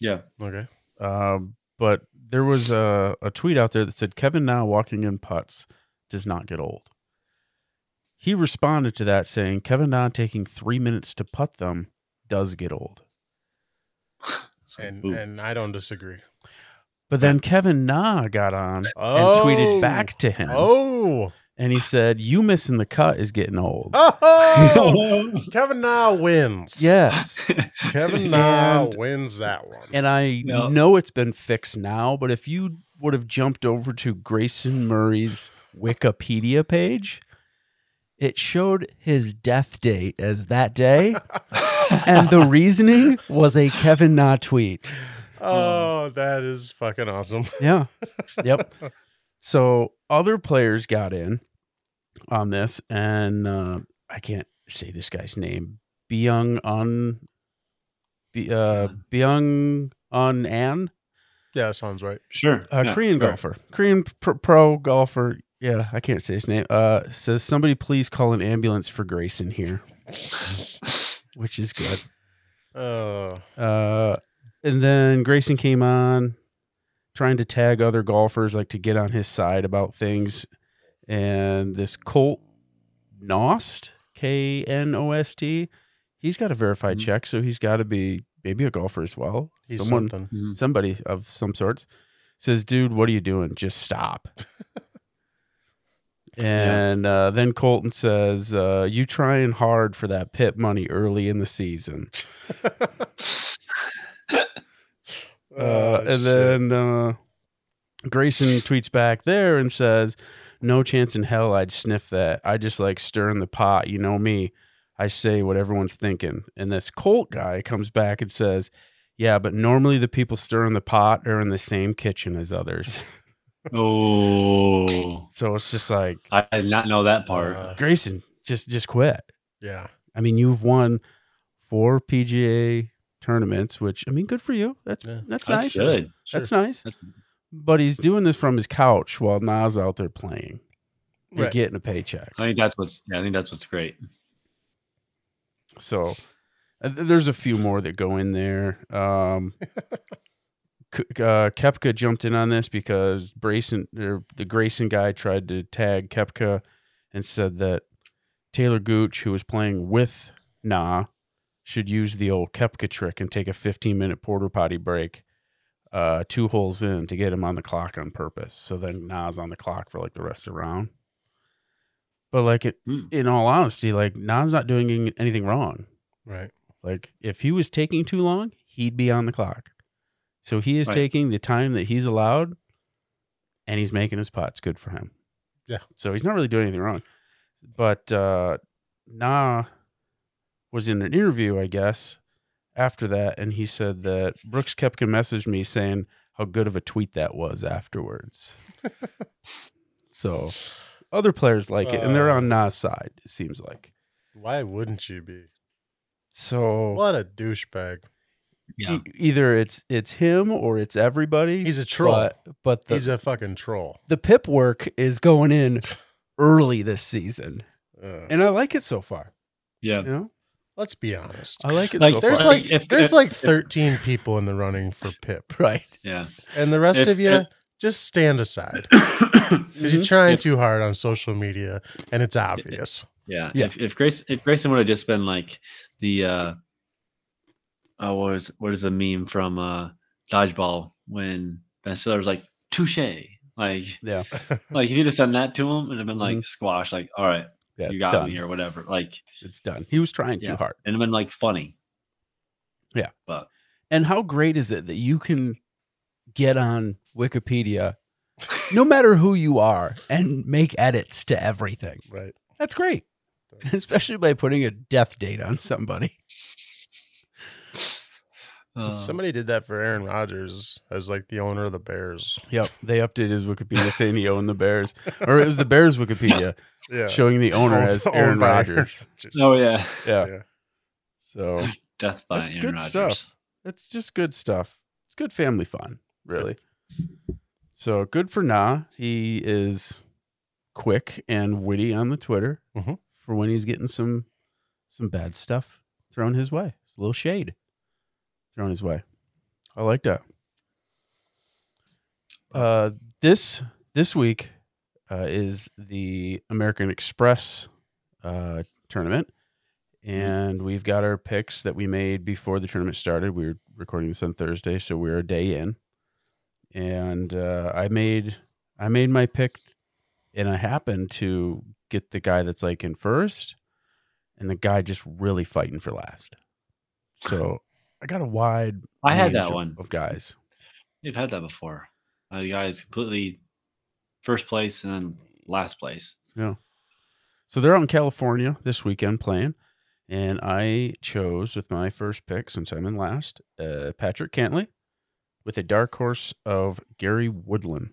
Yeah. Okay. Um, but there was a, a tweet out there that said Kevin now walking in putts does not get old. He responded to that saying, Kevin Don taking three minutes to putt them does get old. It's like, and [laughs] ooh. and I don't disagree. But then Kevin Na got on and tweeted back to him. [laughs] Oh, And he said, You missing the cut is getting old. oh, Kevin Na wins. Yes. Kevin Na And- wins that one. And I No. know it's been fixed now, but if you would have jumped over to Grayson Murray's Wikipedia page, it showed his death date as that day. and the [laughs] reasoning was a Kevin Na tweet. [laughs] oh, that is fucking awesome. [laughs] Yeah. Yep. So other players got in on this, and uh, I can't say this guy's name. Byung Un, By- uh, Byung Un An, Yeah, sounds right. sure. a yeah, Uh, Korean sure. golfer, Korean pro, pro golfer. Yeah, I can't say his name. Uh, says somebody please call an ambulance for Grayson here, which is good. Oh, Uh, and then Grayson came on trying to tag other golfers, like to get on his side about things. And this Colt Nost, K N O S T, he's got a verified Mhm. check, so he's got to be maybe a golfer as well. he's Someone, something. Mhm. somebody of some sorts says, "Dude, what are you doing? Just stop." and uh, then Colton says, uh, "You trying hard for that pit money early in the season." Oh, Uh, and shit. then uh, Grayson tweets back there and says, No chance in hell I'd sniff that. I just like stirring the pot. You know me. I say what everyone's thinking. And this Colt guy comes back and says, Yeah, but normally the people stirring the pot are in the same kitchen as others. [laughs] [laughs] Oh, so it's just like, I did not know that part. Uh, Grayson, just just quit. yeah, I mean, you've won four PGA tournaments, which I mean, good for you. That's Yeah. that's, That's nice. good. That's nice. That's But he's doing this from his couch while Nas out there playing and Right. getting a paycheck. I think that's what's. Yeah, I think that's what's great. So uh, th- there's a few more that go in there. Um, K- uh, Kepka jumped in on this because Grayson, er, the Grayson guy, tried to tag Kepka and said that Taylor Gooch, who was playing with Nah, should use the old Kepka trick and take a 15 minute porter potty break. Uh, two holes in to get him on the clock on purpose. So then Nah's on the clock for like the rest of the round. But like it, Hmm. in all honesty, like Nas not doing any- anything wrong. right. Like if he was taking too long, he'd be on the clock. So he is Right. taking the time that he's allowed, and he's making his putts. Good for him. Yeah. So he's not really doing anything wrong. But uh, Nah was in an interview, I guess, after that, and he said that Brooks Kepka messaged me saying how good of a tweet that was afterwards. so other players like it, and they're on Nah's side. It seems like. Why wouldn't you be? So What a douchebag. Yeah. E- either it's it's him or it's everybody. He's a troll. But, but the He's a fucking troll. the pip work is going in early this season, Uh, and I like it so far. Yeah. You know, let's be honest. I like it. Like, so There's far. far. like If- there's if- like if- 13 people in the running for [laughs] Pip, right. [coughs] Yeah. and the rest If- of you if- just stand aside because you're Mhm. trying If- too hard on social media, and it's obvious. Yeah. Yeah. If, if Grace if Grayson would have just been like the uh oh what is what is the meme from uh dodgeball when Ben Stiller's like touche. Like Yeah. like if you just done that to him and have been like Mhm. squash, like, all right, Yeah, you it's got done. me or whatever. Like It's done. He was trying too Yeah. hard. and been like funny. Yeah. But And how great is it that you can get on Wikipedia, no matter who you are, and make edits to everything? Right. That's great, especially by putting a death date on somebody. Um, uh, Somebody did that for Aaron Rodgers as like the owner of the Bears. Yep, they updated his Wikipedia saying he owned the Bears, or it was the Bears Wikipedia Yeah. showing the owner Owned- as owned Aaron by Rodgers. Rodgers. Oh yeah. [laughs] Yeah. Yeah. So Death by That's Aaron good stuff. Rodgers. it's just good stuff. It's good family fun, really. So good for Nah. He is quick and witty on the Twitter Mhm. for when he's getting some some bad stuff thrown his way. It's a little shade thrown his way. I like that. Uh, this this week uh, is the American Express uh, tournament. And we've got our picks that we made before the tournament started. We were recording this on Thursday, so we're a day in. And uh, I made I made my pick, and I happened to get the guy that's like in first, and the guy just really fighting for last. So I got a wide. I range had that of- one. of guys. You've had that before. Uh, the guy is completely first place and then last place. So they're out in California this weekend playing, and I chose with my first pick, since I'm in last, uh, Patrick Cantley, with a dark horse of Gary Woodland.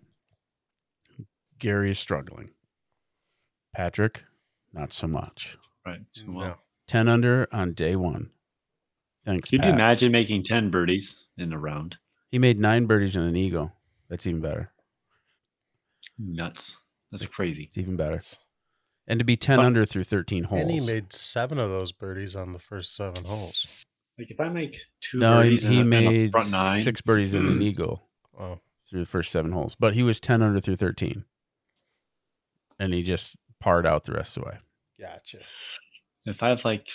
Gary is struggling. Patrick, not so much. Right. So, No. well, uh, Ten under on day one. Thanks, Could you Pat. imagine making 10 birdies in a round? He made nine birdies and an eagle. That's even better. Nuts. That's crazy. It's even better. And to be ten Fuck. under through thirteen holes. And he made seven of those birdies on the first seven holes. Like if I make two no, he, birdies he in, a, in a made front nine, six birdies and an eagle. Oh, through the first seven holes, but he was 10 under through 13. And he just parred out the rest of the way. gotcha. if I have like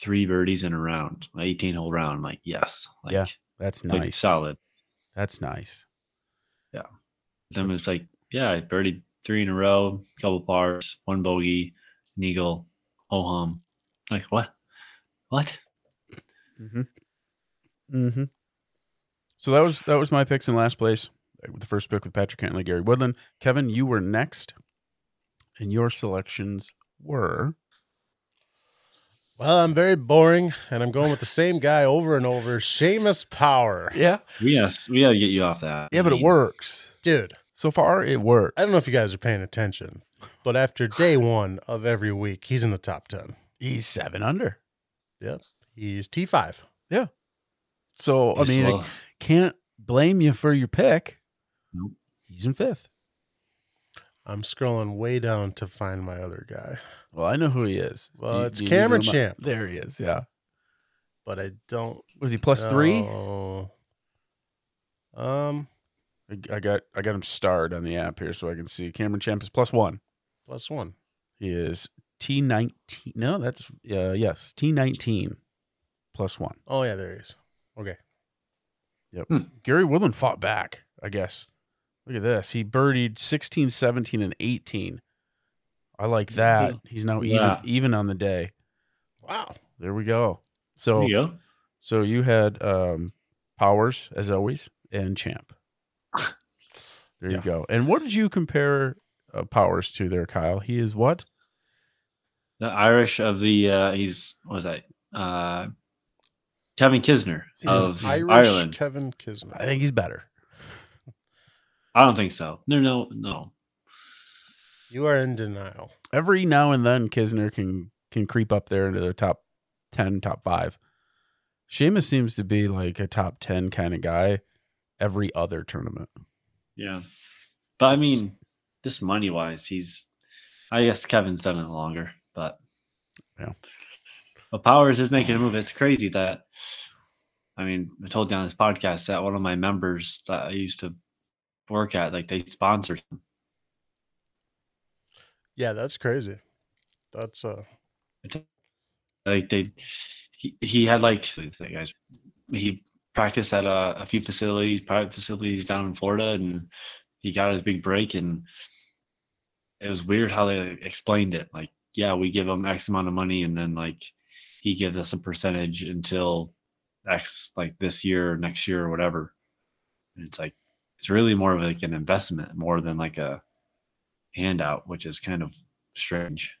three birdies in a round, an 18 hole round, I'm like, yes. Like, Yeah, That's like nice. solid. That's nice. Then it's like, yeah, I birdied three in a row, couple pars, one bogey, an eagle, ho hum. Like, what? What? Mm-hmm. Mm-hmm. So that was that was my picks in last place. With the first pick with Patrick Cantley, Gary Woodland. Kevin, you were next. And your selections were Well, I'm very boring, and I'm going with the same guy over and over. Seamus Power, Yeah. We gotta, we gotta get you off that. Yeah, but it mean, works. dude. So far it works. I don't know if you guys are paying attention, but after day one of every week, he's in the top ten. he's seven under. He's T five. So I it's mean slow. I can't blame you for your pick. Nope. He's in fifth. I'm scrolling way down to find my other guy, Well, I know who he is. Well, it's need to Cameron remi- Champ. There he is. Yeah. but I don't Was he plus three? know. Um, I got I got him starred on the app here so I can see. Cameron Champ is plus one. plus one. He is T nineteen. No, that's uh, yes T nineteen plus one. Oh yeah, there he is. Okay, Gary Woodland fought back. I guess. Look at this. He birdied 16, 17, and eighteen. I like that. He's now even Yeah. even on the day. wow. There we go. There So you go. so you had um, Powers as always and [laughs] Champ. There you Yeah. go. And what did you compare uh, Powers to there, Kyle? He is what? The Irish of the uh he's what was that? Uh Kevin Kisner He's of Irish Ireland. Kevin Kisner. I think he's better. I don't think so. No, no, no. You are in denial. Every now and then, Kisner can can creep up there into the top ten, top five. Seamus seems to be like a top ten kind of guy every other tournament. Yeah. But I mean, this money wise, he's I guess Kevin's done it longer, but Yeah. But Powers is making a move. It's crazy that I mean, I told you on this podcast that one of my members that I used to work at, like they sponsored him. Yeah, that's crazy. That's uh like they he, he had like the guys he practiced at a, a few facilities private facilities down in florida and he got his big break and it was weird how they explained it like yeah we give him x amount of money and then like he gives us a percentage until x like this year or next year or whatever and it's like it's really more of like an investment more than like a handout which is kind of strange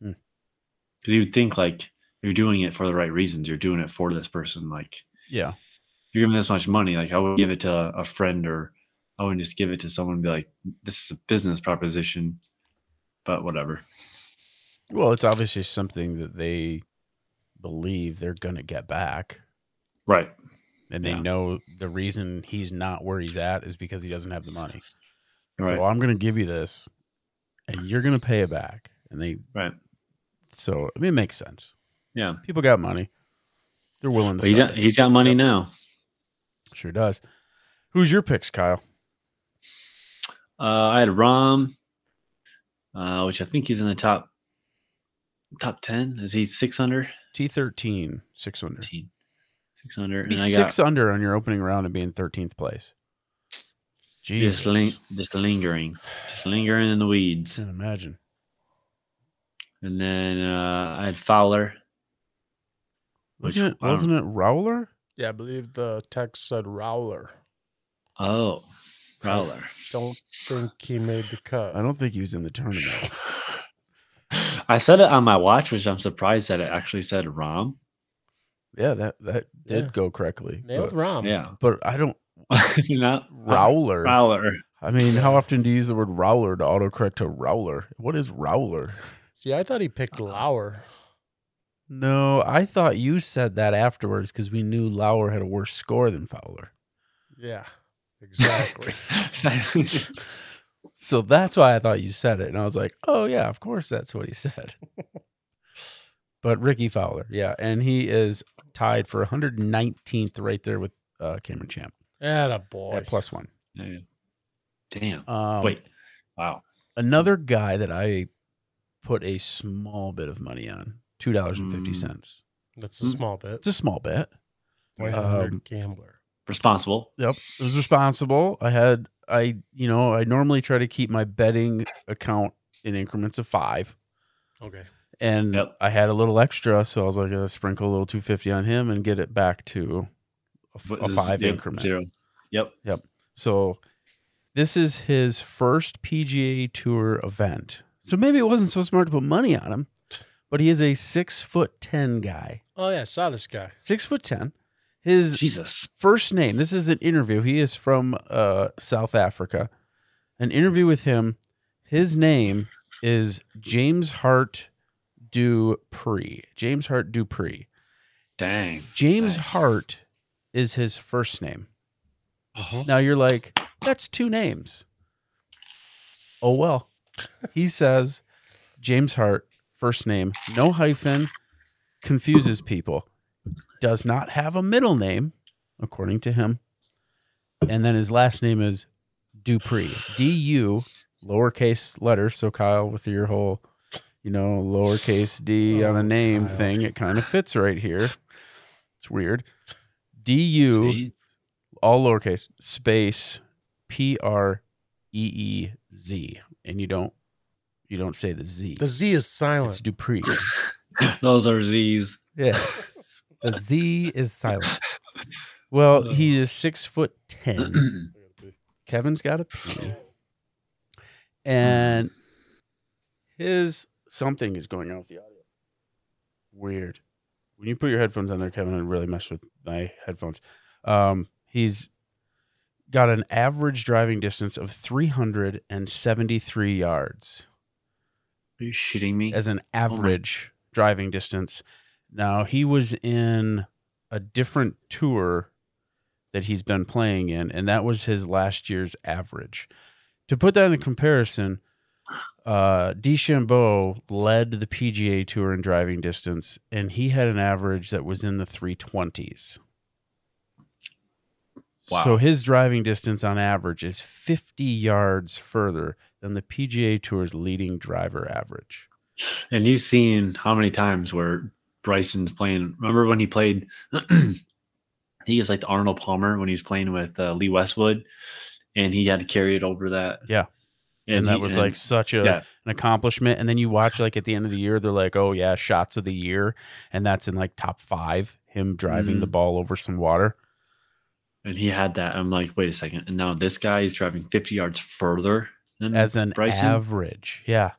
because you'd think like you're doing it for the right reasons. You're doing it for this person. Like Yeah, you're giving this much money. Like I would give it to a, a friend or I wouldn't just give it to someone and be like, this is a business proposition. But whatever. well, it's obviously something that they believe they're gonna get back. Right. and they Yeah. know the reason he's not where he's at is because he doesn't have the money. Right. So I'm going to give you this, and you're going to pay it back. And they Right. so I mean it makes sense. Yeah. People got money; they're willing to. But he's spend got, he's got money now. it. Sure does. Who's your picks, Kyle? Uh, I had Rom, uh, which I think he's in the top top ten? Is he six under? T thirteen six under. 15, Six under. Be And I got six under on your opening round and being thirteenth place. Jesus, just, lin- just lingering, just lingering in the weeds. can't imagine. And then uh, I had Fowler. Which Wasn't it? I don't- Wasn't it Rowler? Yeah, I believe the text said Rowler. Oh, Fowler. Don't think he made the I cut. don't think he was in the [laughs] tournament. I said it on my watch, which I'm surprised that it actually said Rom. yeah, that that did Yeah. go correctly. Nailed But, Rom. Yeah, [laughs] but I don't not Um, Rowler. Fowler. I mean, how often do you use the word Rowler to autocorrect to Rowler? What is Rowler? See, I thought he picked Uh-huh. Lauer. No, I thought you said that afterwards because we knew Lauer had a worse score than Fowler. Yeah, [laughs] exactly. So that's why I thought you said it. And I was like, oh, yeah, of course that's what he said. [laughs] but Ricky Fowler, yeah. And he is tied for 119th right there with uh, Cameron Champ and a boy. at plus one. Yeah. [laughs] Damn. Um, Wait. Wow. Another guy that I put a small bit of money on $2.50. That's a small bit. It's a small bet. Mm. um, gambler. Responsible. Yep. It was responsible. I had I you know, I normally try to keep my betting account in increments of 5 Okay. and Yep. I had a little extra so I was like gonna sprinkle a little 250 on him and get it back to a, f- But a this- 5 yep, increment. Zero. Yep. So this is his first PGA Tour event. So maybe it wasn't so smart to put money on him, but he is a 6 foot 10 guy. Oh yeah, I saw this guy. 6 foot 10. His Jesus. first name. This is an interview. He is from uh, South Africa. An interview with him. His name is James Hart Dupree. James Hart Dupree. Dang. James Nice. Hart is his first name. Uh-huh. Mm-hmm. Now you're like, that's two names. Oh well. [laughs] He says James Hart, first name, no hyphen, confuses people. Does not have a middle name, according to him. And then his last name is Dupree. D U lowercase letter. So Kyle, with your whole, you know, lowercase D on a Oh, name Kyle. thing, it kind of fits right here. It's weird. D U E. See? all lowercase space P R E E Z, and you don't you don't say the Z. The Z is It's silent. Dupree. Those [clears throat] are Z's. Yeah, the Z is [laughs] silent. Well, he is six foot [clears throat] ten. Kevin's got a P, and his something is going on with the audio. Weird. When you put your headphones on there, Kevin, it really messed with my headphones. Um, he's got an average driving distance of 373 yards. Are you shitting me? as an average driving distance. Now he was in a different tour that he's been playing in, and that was his last year's average. To put that in comparison, uh, DeChambeau led the PGA Tour in driving distance, and he had an average that was in the 320s. Wow. So his driving distance on average is 50 yards further than the PGA Tour's leading driver average. And you've seen how many times where Bryson's playing. Remember when he played? [clears throat] he was like the Arnold Palmer when he was playing with uh, Lee Westwood, and he had to carry it over that. Yeah. and, that he- was and- like such a yeah. an accomplishment. And then you watch like at the end of the year, they're like, "Oh yeah, shots of the year," and that's in like top five. Him driving Mm. the ball over some water. and he had that. I'm like, wait a second. And now this guy is driving 50 yards further than as an Mm. Bryson? average. Yeah.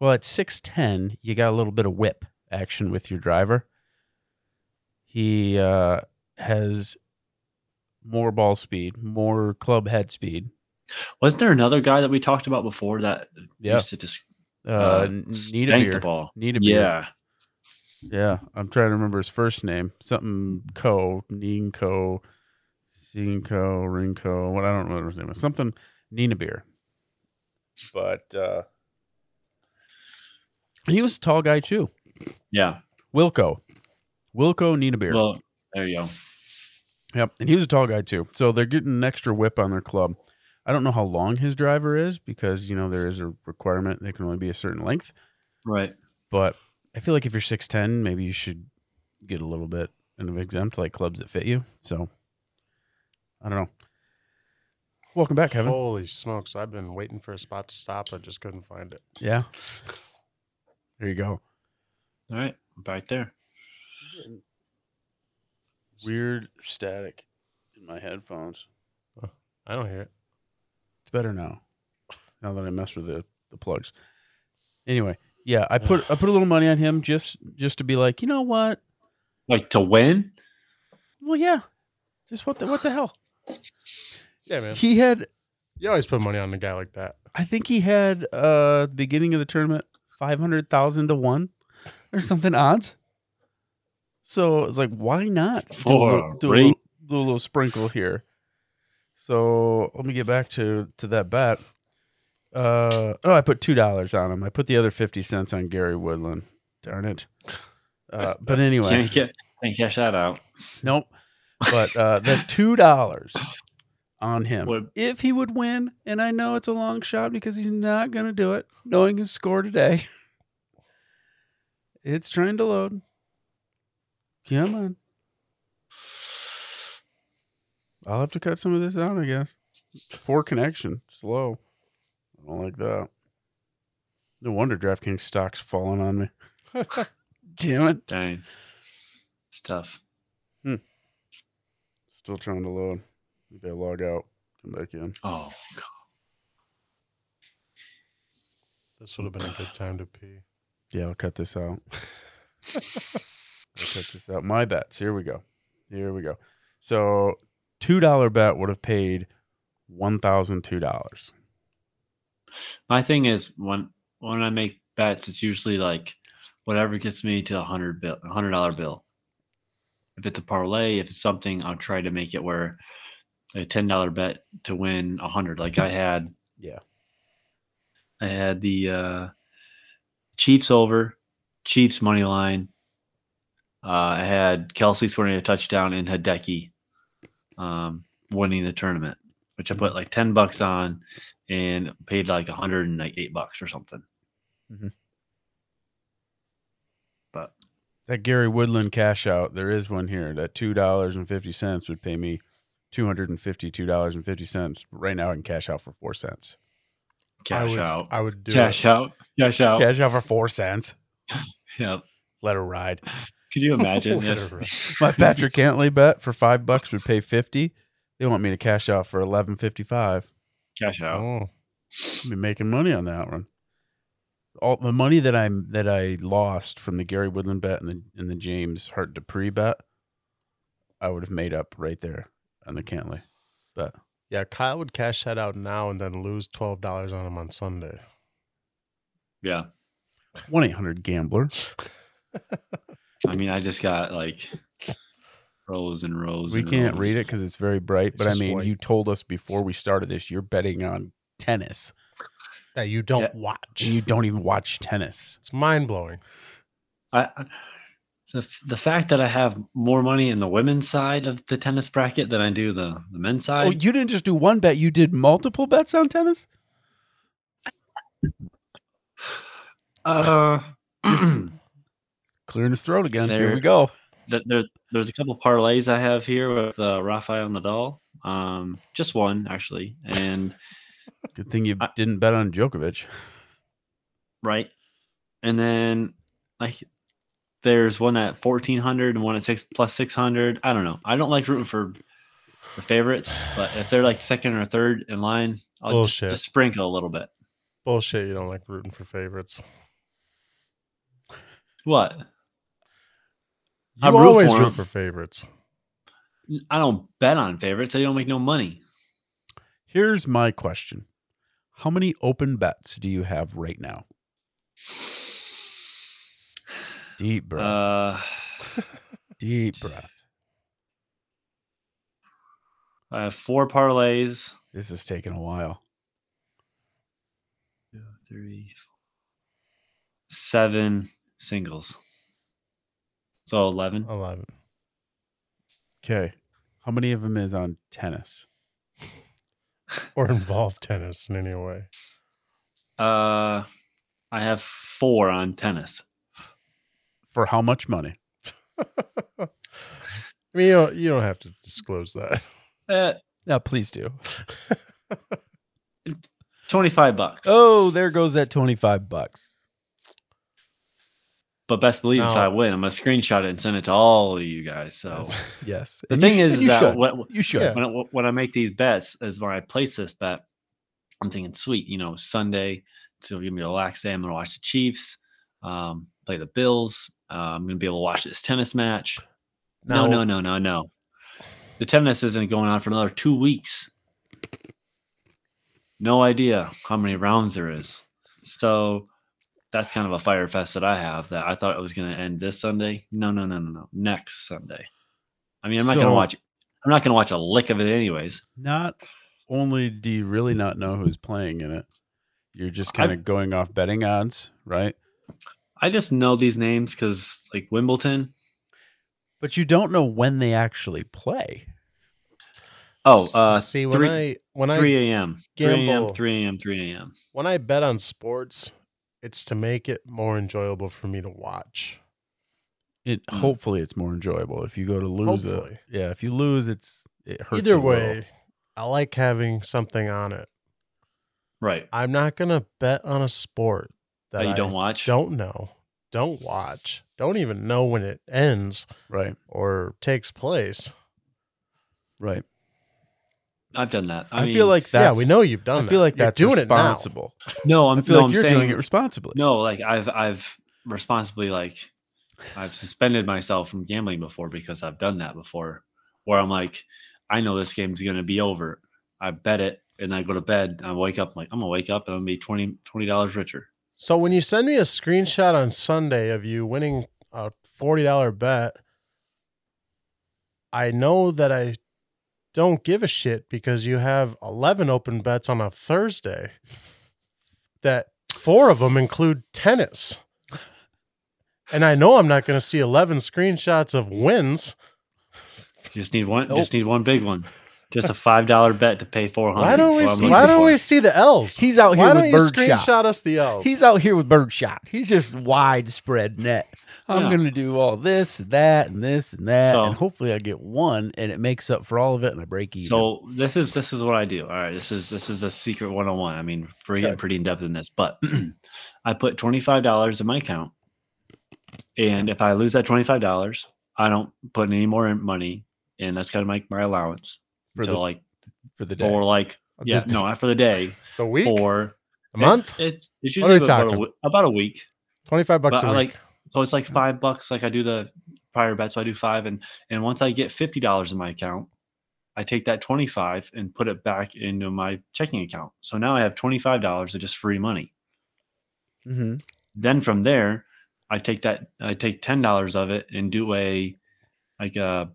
Well, at 6'10, you got a little bit of whip action with your driver. He uh, has more ball speed, more club head speed. Wasn't there another guy that we talked about before that Yeah. used to just Uh, uh, need a spank the beer. ball? Need a beer. Yeah. Yeah, I'm trying to remember his first name. Something Co, Ninko, Sinko, Rinko. What I don't remember his name. is. Something Nina Beer. But uh he was a tall guy too. Yeah. Wilco. Wilco Nina Beer. Well, there you go. Yep, and he was a tall guy too. So they're getting an extra whip on their club. I don't know how long his driver is because you know there is a requirement they can only be a certain length. Right. But I feel like if you're six ten, maybe you should get a little bit and exempt like clubs that fit you. So I don't know. Welcome back, Kevin. Holy smokes! I've been waiting for a spot to stop. I just couldn't find it. Yeah. There you go. All right, back there. Weird static in my headphones. I don't hear it. It's better now. Now that I messed with the, the plugs. Anyway, yeah, I put I put a little money on him just just to be like, you know what? Like to win? Well, yeah. Just what the what the hell? Yeah, man. He had You always put money on a guy like that. I think he had uh beginning of the tournament five hundred thousand to one or something odds. So it's like, why not do, a, little, do, a, Alright. little, do a little sprinkle here? So let me get back to to that bet. Uh, oh, I put two dollars on him. I put the other fifty cents on Gary Woodland. Darn it! Uh, but anyway, Can't get can't cash that out. Nope. But uh, the two dollars on him, Would- if he would win, and I know it's a long shot because he's not going to do it, knowing his score today. [laughs] It's trying to load. Come on, I'll have to cut some of this out, I guess. Poor connection, slow. I don't like that. No wonder DraftKings stock's falling on me. Damn it. Dang. It's tough. Still trying to load. Maybe I log out, come back in. Oh God. This would have been a good time to pee. Yeah, I'll cut this [laughs] out. I'll cut this out. My bets. Here we go. Here we go. So two dollar bet would have paid one thousand two dollars. My thing is when when I make bets, it's usually like whatever gets me to a hundred bill a hundred dollar bill. If it's a parlay, if it's something, I'll try to make it where a ten dollar bet to win a hundred. Like I had Yeah. I had the uh, Chiefs over, Chiefs money line. Uh, I had Kelsey scoring a touchdown and Hideki um, winning the tournament, which I put like ten bucks on and paid like hundred and like eight bucks or something. That Gary Woodland cash out, there is one here. That two dollars and fifty cents would pay me two hundred and fifty two dollars and fifty cents. Right now I can cash out for four cents. I Cash would, out, I would do cash it. out, cash out. Cash out for four cents. Yeah. Let her ride. Could you imagine Whatever. this? [laughs] My Patrick Cantley bet for five bucks would pay fifty. They want me to cash out for eleven fifty five. cash out. Oh, be making money on that one. All the money that I that I lost from the Gary Woodland bet and the and the James Hart Dupree bet, I would have made up right there on the Cantley bet. yeah. Kyle would cash that out now and then lose twelve dollars on him on Sunday. Yeah. One eight hundred gambler. I mean, I just got like rows and rows. We and can't rows. read it because it's very bright. It's But I just mean, white. you told us before we started this you're betting on tennis That you don't Yeah. and watch. you don't even watch tennis. It's mind blowing. I, I- the, f- the fact that I have more money in the women's side of the tennis bracket than I do the, the men's side. oh, you didn't just do one bet; you did multiple bets on tennis. uh, [clears throat] Clearing his throat again. Here There- we go. [laughs] th- there's there's a couple parlays I have here with uh, Rafael Nadal. Um, just one actually, and [laughs] Good thing you I- didn't bet on Djokovic. right, and then like there's one at fourteen hundred and one at six plus six hundred. I don't know. I don't like rooting for the favorites, but if they're like second or third in line, I'll just, Bullshit. just sprinkle a little bit. Bullshit. You don't like rooting for favorites. What? You I'm root always for root 'em. for favorites. I don't bet on favorites. I don't make no money. Here's my question. How many open bets do you have right now? Deep breath. Uh, deep breath. I have four parlays. This is taking a while. Two, three, four, seven singles. So eleven. Eleven. Okay. How many of them is on tennis? Or involve Oh. tennis in any way. Uh, I have four on tennis. for how much money? I mean, you don't, you don't have to disclose that. Uh, Now, please do. [laughs] 25 bucks. Oh, there goes that 25 bucks. But best believe if No. I win, I'm gonna screenshot it and send it to all of you guys. So Yes. the And you thing sh- is, and is you that should. what, you should. Yeah. when I, when I make these bets is when I place this bet, I'm thinking, sweet, you know, Sunday, it's gonna give me a relaxed day. I'm gonna watch the Chiefs, um, play the Bills. Uh, I'm gonna be able to watch this tennis match. No, no, Now- no, no, no. The tennis isn't going on for another two weeks. No idea how many rounds there is. So that's kind of a fire fest that I have that I thought it was going to end this Sunday. No, no, no, no, no. Next Sunday. I mean, I'm not going So- to watch. I'm not going to watch a lick of it, anyways. Not only do you really not know who's playing in it, you're just I- kind of going off betting odds, right? I just know these names because, like Wimbledon. But you don't know when they actually play. Oh, uh, see when three- I when I 3 a.m. 3 a.m. Gamble. 3 a.m. 3 a.m. when I bet on sports, it's to make it more enjoyable for me to watch. It Mm. hopefully it's more enjoyable. If you go to lose it, Hopefully. yeah. If you lose, it's it hurts. a Either little. way, I like having something on it. Right. I'm not gonna bet on a sport that, That you I don't watch. don't know, don't watch, don't even know when it ends right, or takes place. right. I've done that. I, I, mean, feel like that's yeah, we know you've done. I feel like that. that's You're doing it now. responsible. no. I'm, I feel no, like I'm you're saying, doing it responsibly. No, like I've I've responsibly like I've suspended myself from gambling before because I've done that before where I'm like, I know this game's gonna be over. I bet it and I go to bed and I wake up like I'm gonna wake up and I'm gonna be 20 dollars richer. So when you send me a screenshot on Sunday of you winning a forty dollar bet, I know that I don't give a shit because you have eleven open bets on a Thursday. That four of them include tennis. And I know I'm not going to see 11 screenshots of wins. You just need one just need one big one. Just a five dollar bet to pay four hundred. Why don't we? Why don't we see the L's? He's out Why here don't with you birdshot. screenshot us the L's? He's out here with birdshot. He's just widespread net. I'm Yeah. gonna do all this, that, and this and that, So- and hopefully I get one, and it makes up for all of it, and I break even. So this is this is what I do. All right, this is this is a secret one on one. I mean, we're getting pretty in depth in this, but [clears throat] I put twenty five dollars in my account, and if I lose that twenty five dollars, I don't put any more in money, and that's kind of like my allowance for until the like for the day. or like yeah The- no not for the day the week, for a month, It's it's What are usually we about a, talking? wee- about a week. 25 bucks But a I week. like so it's like five bucks. Like I do the prior bet, so I do five, and and once I get fifty dollars in my account, I take that twenty five and put it back into my checking account. So now I have twenty five dollars of just free money. Mm-hmm. Mhm. Then from there, I take that I take ten dollars of it and do a like a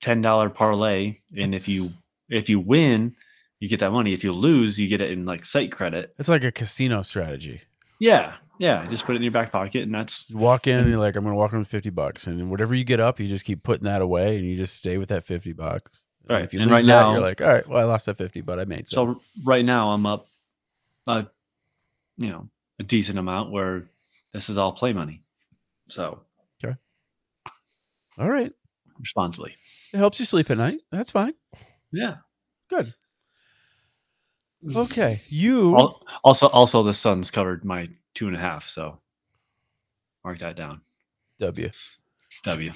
ten dollar parlay. And if you if you win, you get that money. If you lose, you get it in like site credit. It's like a casino strategy. Yeah, yeah. Just put it in your back pocket, and that's You walk in and you're like, I'm gonna walk in with fifty bucks, and then whatever you get up, you just keep putting that away, and you just stay with that fifty bucks. And Right. If you And lose right that, now- you're like, all right, well, I lost that fifty, but I made some. So right now I'm up, uh, you know, a decent amount where this is all play money. So all right, responsibly. it helps you sleep at night. That's fine. Yeah. Good. Mm-hmm. Okay, you. Al- Also, also the Suns covered my two and a half. So mark that down. W. W.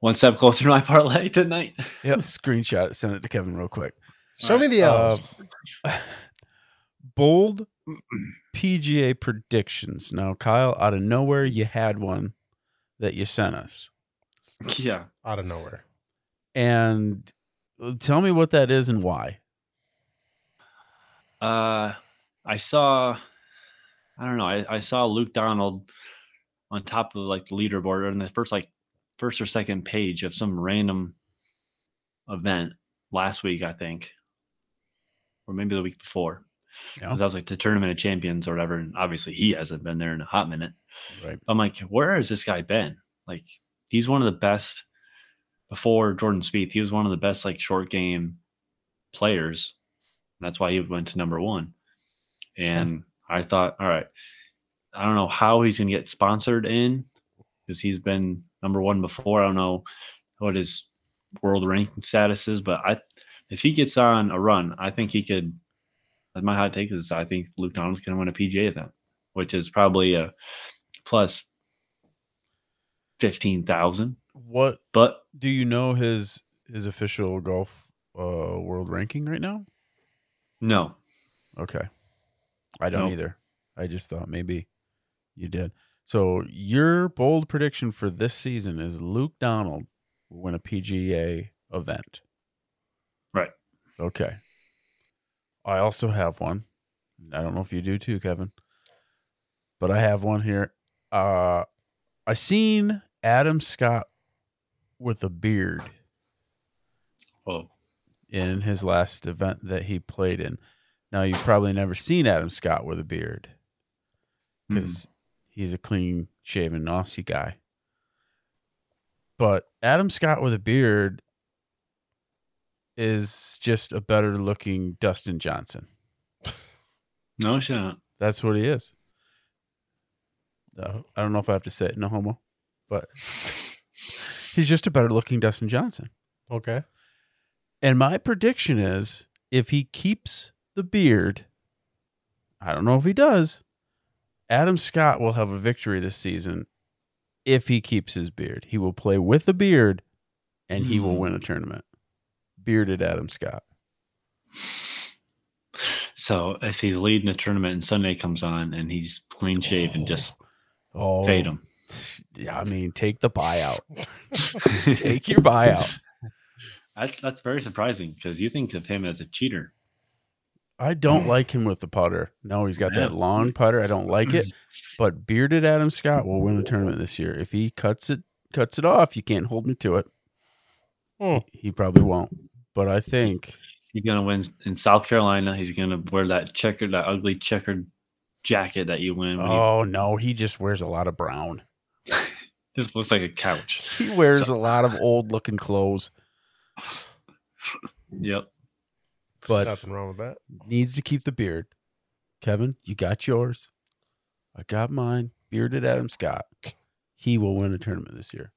One step closer to my parlay tonight. [laughs] Yep. Screenshot. it, Send it to Kevin real quick. Show me the uh, L's. [clears throat] Bold PGA predictions. Now, Kyle, out of nowhere, you had one that you sent us, Yeah. out of nowhere. and uh, tell me what that is and why. Uh, I saw, I don't know, I, I saw Luke Donald on top of like the leaderboard on the first like first or second page of some random event last week, I think, or maybe the week before. Yeah. 'Cause That was like the tournament of champions or whatever, and obviously he hasn't been there in a hot minute. Right. I'm like, where has this guy been? Like, he's one of the best. Before Jordan Spieth, he was one of the best like short game players. That's why he went to number one. And I thought, all right, I don't know how he's gonna get sponsored in. 'cause because he's been number one before. I don't know what his world ranking status is, but I if he gets on a run, I think he could. that's My hot take is I think Luke Donald's going to win a PGA event, which is probably a plus fifteen thousand. What But do you know his his official golf uh, world ranking right now? no, Okay. I don't Nope. either. I just thought maybe you did. So your bold prediction for this season is Luke Donald will win a PGA event. Right. Okay. I also have one. I don't know if you do too, Kevin. But I have one here. Uh I seen Adam Scott with a beard oh, in his last event that he played in. Now you've probably never seen Adam Scott with a beard Hmm. because he's a clean shaven Aussie guy. But Adam Scott with a beard is just a better looking Dustin Johnson. no, it's not. That's what he is. Uh, I don't know if I have to say it, no homo, but he's just a better looking Dustin Johnson. Okay. And my prediction is if he keeps the beard, I don't know if he does, Adam Scott will have a victory this season if he keeps his beard. He will play with the beard and he will Hmm. win a tournament. Bearded Adam Scott. So if he's leading the tournament and Sunday comes on and he's clean shaven, just Oh, fade him. Yeah, I mean, take the buyout. take your buyout. [laughs] That's that's very surprising because you think of him as a cheater. I don't like him with the putter. No, he's got that Yeah. long putter. I don't like it. But bearded Adam Scott will win a tournament this year. If he cuts it cuts it off, you can't hold me to it. Hmm. He probably won't. But I think He's gonna win in South Carolina. He's gonna wear that checkered, that ugly checkered jacket that you win. When he- Oh no, he just wears a lot of brown. [laughs] this looks like a couch. He wears a lot of old looking clothes, Yep. but Nothing wrong with that. needs to keep the beard. Kevin, you got yours. I got mine. Bearded Adam Scott. He will win a tournament this year.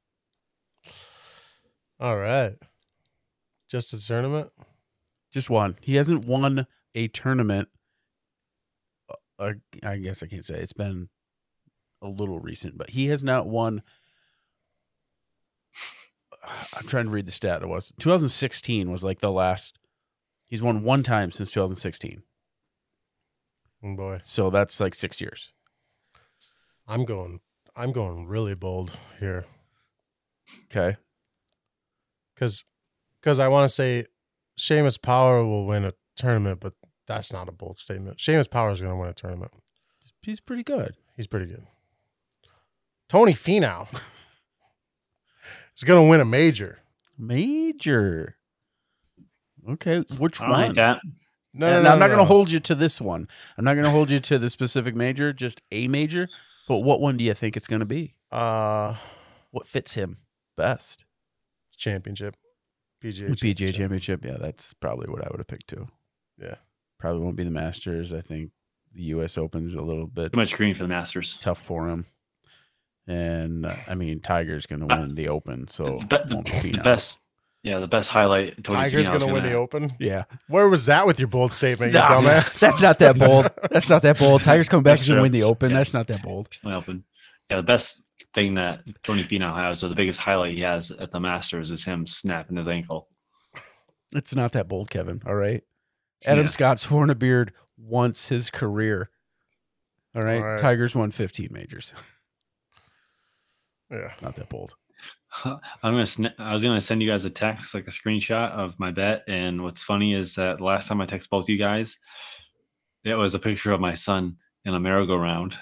All right. Just a tournament. Just one. He hasn't won a tournament. Uh, I guess I can't say it's been a little recent, but he has not won. [sighs] I'm trying to read the stat. It was 2016 was like the last. He's won one time since 2016, Oh boy, so that's like six years. I'm going. I'm going really bold here Okay, because because I want to say Seamus Power will win a tournament, but that's not a bold statement. Seamus Power is going to win a tournament. he's pretty good. He's pretty good. Tony Finau [laughs] is going to win a major. Major. Okay, which I one? don't like that. No, and no, no, I'm not no, going to no. hold you to this one. I'm not going to hold you to the specific major, just a major. But what one do you think it's going to be? Uh, What fits him best? championship, PGA, The PGA championship. Championship. Yeah, that's probably what I would have picked too. Yeah. Probably won't be the Masters. I think the U.S. Open's a little bit Too much green for the Masters. tough for him. And uh, I mean, Tiger's going to Uh, win the Open, so the, be- it won't be the Finau. best. Yeah, the best highlight. Tony Tiger's Finau's going to win the have. Open. Yeah, Where was that with your bold statement, you Nah, dumbass? That's not that bold. That's not that bold. Tigers come back That's and true. win the Open. Yeah. That's not that bold. Win the Open. Yeah, the best thing that Tony Finau has, or the biggest highlight he has at the Masters, is him snapping his ankle. [laughs] It's not that bold, Kevin. All right. Adam Yeah. Scott's sworn a beard once his career. All right? All right. Tigers won 15 [laughs] majors. yeah. Not that bold. I'm gonna. Sn- I was gonna send you guys a text, like a screenshot of my bet. And what's funny is that last time I text both you guys, it was a picture of my son in a merry-go-round,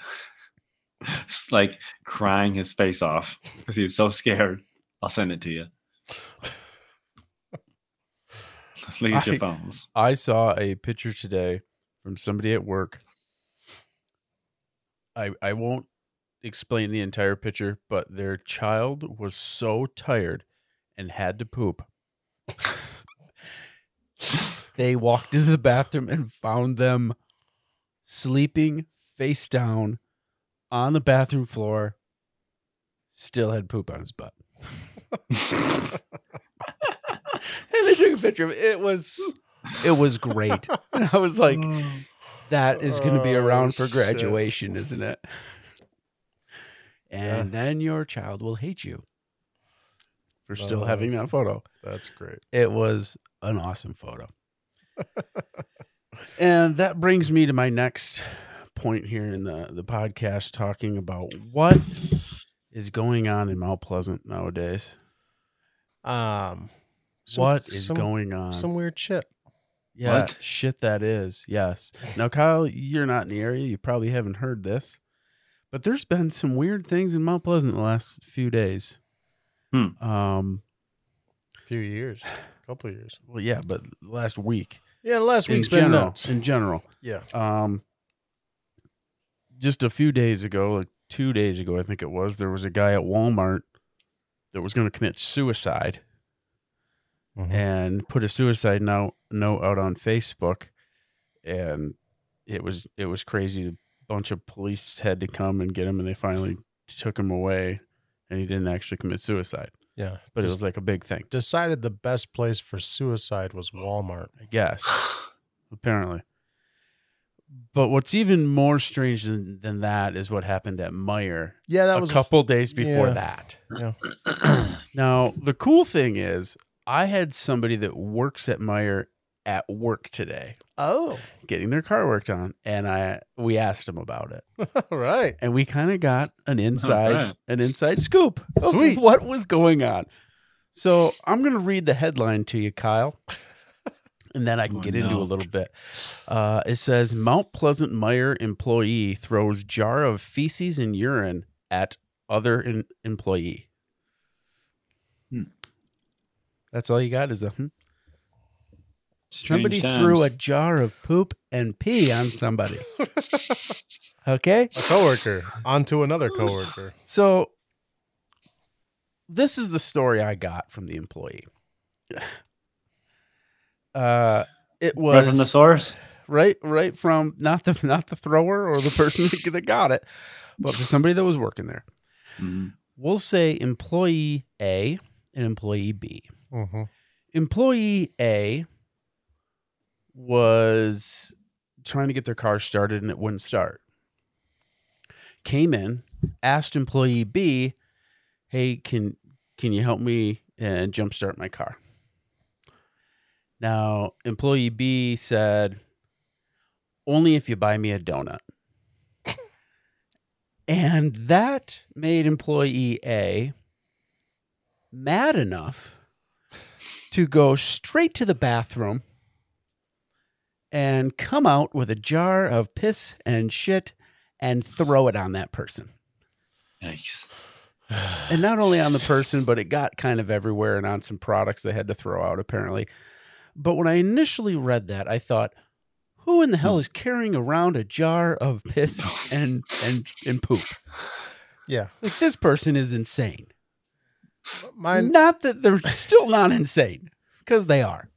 [laughs] It's like crying his face off because he was so scared. I'll send it to you. Look at your I- phones. I saw a picture today from somebody at work. I I won't explain the entire picture, but their child was so tired and had to poop. They walked into the bathroom and found them sleeping face down on the bathroom floor, still had poop on his butt. [laughs] And they took a picture of it. It was it was [laughs] great. And I was [sighs] [clears throat] [clears throat] like, that is going to be Oh, around for shit. graduation, isn't it? And then your child will hate you for still Oh. having that photo. That's great. It was An awesome photo. [laughs] and that brings me to my next point here in the, the podcast talking about what is going on in Mount Pleasant nowadays. Um, some- what is some- going on? Some weird shit. yeah, What? shit that is. Yes. Now, Kyle, you're not in the area. You probably haven't heard this, but there's been some weird things in Mount Pleasant the last few days. Hmm. Um. Few [sighs] years, couple years. Well, yeah, but last week Yeah, last in week's been general, nuts. in general, Yeah. um just a few days ago like two days ago i think it was there was a guy at walmart that was going to commit suicide and put a suicide note, note out on facebook and it was it was crazy a bunch of police had to come and get him and they finally took him away and he didn't actually commit suicide Yeah. but Just it was like a big thing decided the best place for suicide was Walmart. i guess apparently. But what's even more strange than, than that is what happened at Meyer Yeah, that a was couple days before yeah. that. yeah. Now, the cool thing is, I had somebody that works at Meyer at work today Oh, getting their car worked on, and I we asked him about it, [laughs] all right. and we kind of got an inside right. an inside scoop of Sweet. what was going on. So I'm going to read the headline to you, [laughs] Kyle, and then I can Oh, get into no. a little bit. Uh, it says Mount Pleasant Meyer employee throws jar of feces and urine at other in- employee. Hmm. That's all you got is a. hmm? Strange somebody threw a times. jar of poop and pee on [laughs] somebody. okay. A coworker onto another [sighs] coworker. So this is the story I got from the employee. [laughs] Uh it was right from the source. right right from not the not the thrower or the person [laughs] that got it, but for somebody that was working there. Mhm. We'll say employee A and employee B Mm-hmm. employee A was trying to get their car started and it wouldn't start. Came in, asked employee B, "Hey, can can you help me and jumpstart my car?" Now, employee B said, "Only if you buy me a donut." and that made employee A mad enough to go straight to the bathroom and come out with a jar of piss and shit and throw it on that person. Yikes. And not only on the person, but it got kind of everywhere and on some products they had to throw out, apparently. But when I initially read that, I thought, who in the hell is carrying around a jar of piss and and, and poop? Yeah. Like this person is insane. My not that they're [laughs] still not insane, because they are.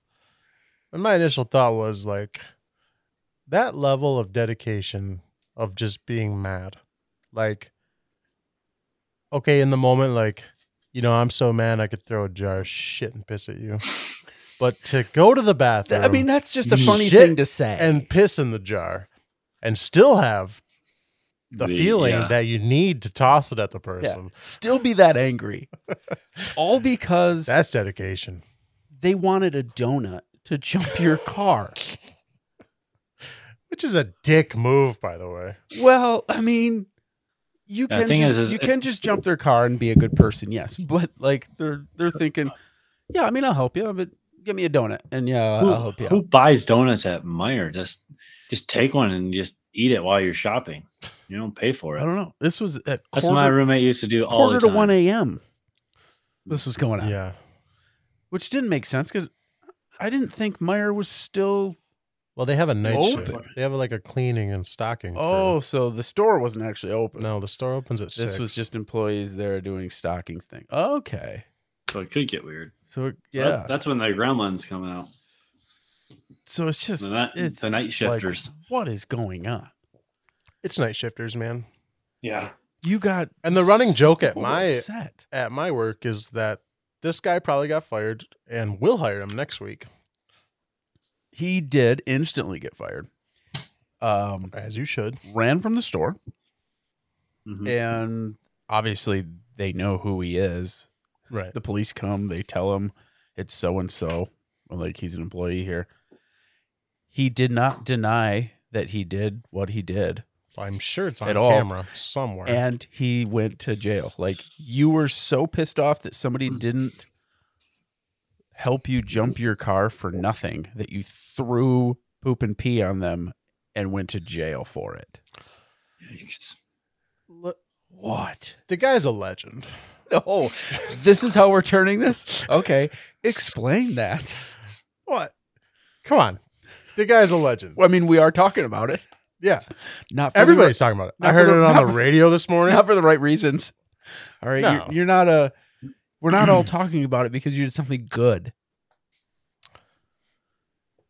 my initial thought was like that level of dedication of just being mad. Like okay, in the moment like you know, I'm so mad I could throw a jar of shit and piss at you. But to go to the Th- bathroom I mean, that's just a funny Shit thing to say. and piss in the jar and still have the feeling yeah. that you need to toss it at the person. still be that angry. [laughs] All because That's dedication. they wanted a donut to jump your car. Which is a dick move, by the way. Well, I mean, you Yeah, the can thing just, is- is you it- can just jump their car and be a good person, yes. But like they're they're thinking, yeah, I mean, I'll help you, but give me a donut, and yeah, I'll, Who, I'll help you. who out. buys donuts at Meyer? Just just take one and just eat it while you're shopping. You don't pay for I it. don't know. This was at That's quarter, what my roommate used to do all quarter the to time. one a.m. This was going on, Yeah. which didn't make sense because I didn't think Meyer was still. Well, they have a night shift. Open. They have like a cleaning and stocking. crew. Oh, so the store wasn't actually open. no, the store opens at six. This was just employees there doing stockings thing. Okay. so it could get weird. So So yeah. that- that's when the gremlins come out. so it's just The, night- it's the night like, shifters. what is going on? it's night shifters, man. yeah. You got And the running joke at so my- upset. at my work is that this guy probably got fired and we'll hire him next week. he did instantly get fired. Um, As you should. ran from the store, Mhm. and obviously they know who he is. Right. the police come, they tell him it's so and so, like he's an employee here. He did not deny that he did what he did, I'm sure it's on At all. camera somewhere. and he went to jail. Like you were so pissed off that somebody didn't help you jump your car for nothing that you threw poop and pee on them and went to jail for it. Yikes. Look, What? the guy's a legend. No, this is how we're turning this. Okay, explain that. What? Come on. The guy's a legend. Well, I mean, we are talking about it. Yeah. Not for the- Everybody's talking about it. I not for heard the- it on not [laughs] the radio this morning. not for the right reasons. All right, No. you're, you're not a. We're not [clears throat] all talking about it because you did something good.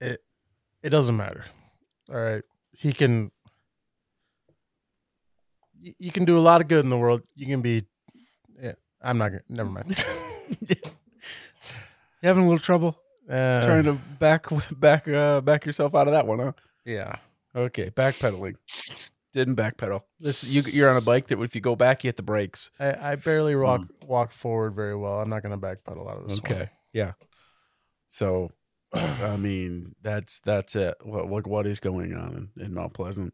It doesn't matter. All right. He can y- you can do a lot of good in the world. You can be yeah, I'm not gonna never mind. [laughs] You having a little trouble Uh, trying to back back uh, back yourself out of that one, huh? yeah. Okay, backpedaling. Didn't backpedal. This you you're on a bike that if you go back, you hit the brakes. I, I barely walk walk forward very well. I'm not gonna backpedal out of this. Hmm. Okay, yeah. So, [clears throat] I mean, that's that's it. What what, what is going on in, in Mount Pleasant?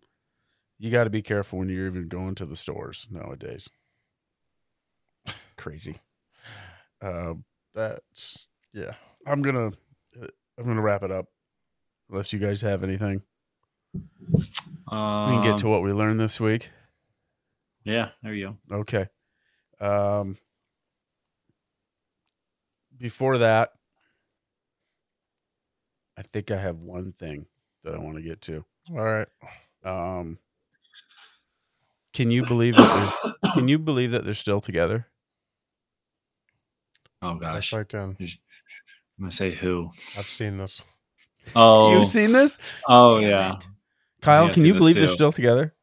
You got to be careful when you're even going to the stores nowadays. Crazy. Um, One. That's yeah. I'm gonna uh, I'm gonna wrap it up. Unless you guys have anything, we can get to Um, what we learned this week. Yeah, [coughs] there you go. Okay. Um. Before that, I think I have one thing that I want to get to. All right. Um. Can you believe that they're- [coughs] can you believe that they're still together? Oh Yes, gosh, I'm I can. gonna say [laughs] who? I've seen this. [laughs] Oh, You've seen this, oh Damn yeah. it. Kyle? Yeah, I've can seen you this believe they're too. still together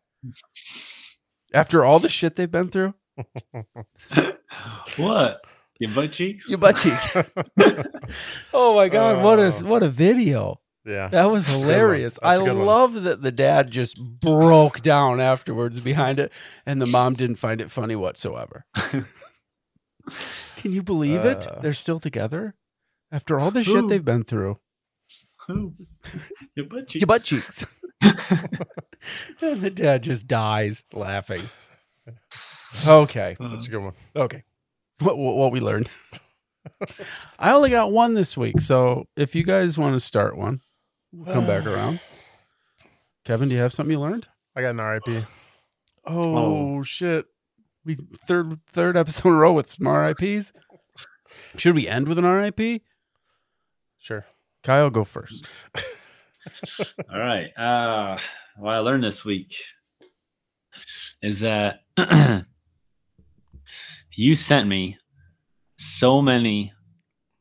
after all the shit they've been through? what? Your butt cheeks? Your butt cheeks. [laughs] oh my god, what a what a video. Yeah. That was That's a good one. hilarious. I That's a good one. love that the dad just broke down afterwards behind it and the mom didn't find it funny whatsoever. [laughs] Can you believe Uh. it? They're still together after all the shit Ooh. they've been through. Who? Your butt cheeks. Your butt [laughs] cheeks. and the dad just dies laughing. [laughs] Okay. Uh, That's a good one. Okay. What, what, what we learned. [laughs] I only got one this week. So if you guys want to start one, we'll come [sighs] back around. Kevin, do you have something you learned? I got an RIP. Oh, shit. We third third episode in a row with some RIPs. Should we end with an RIP? Sure. Kyle, go first. Oh, All right. Uh, what I learned this week is that [clears throat] you sent me so many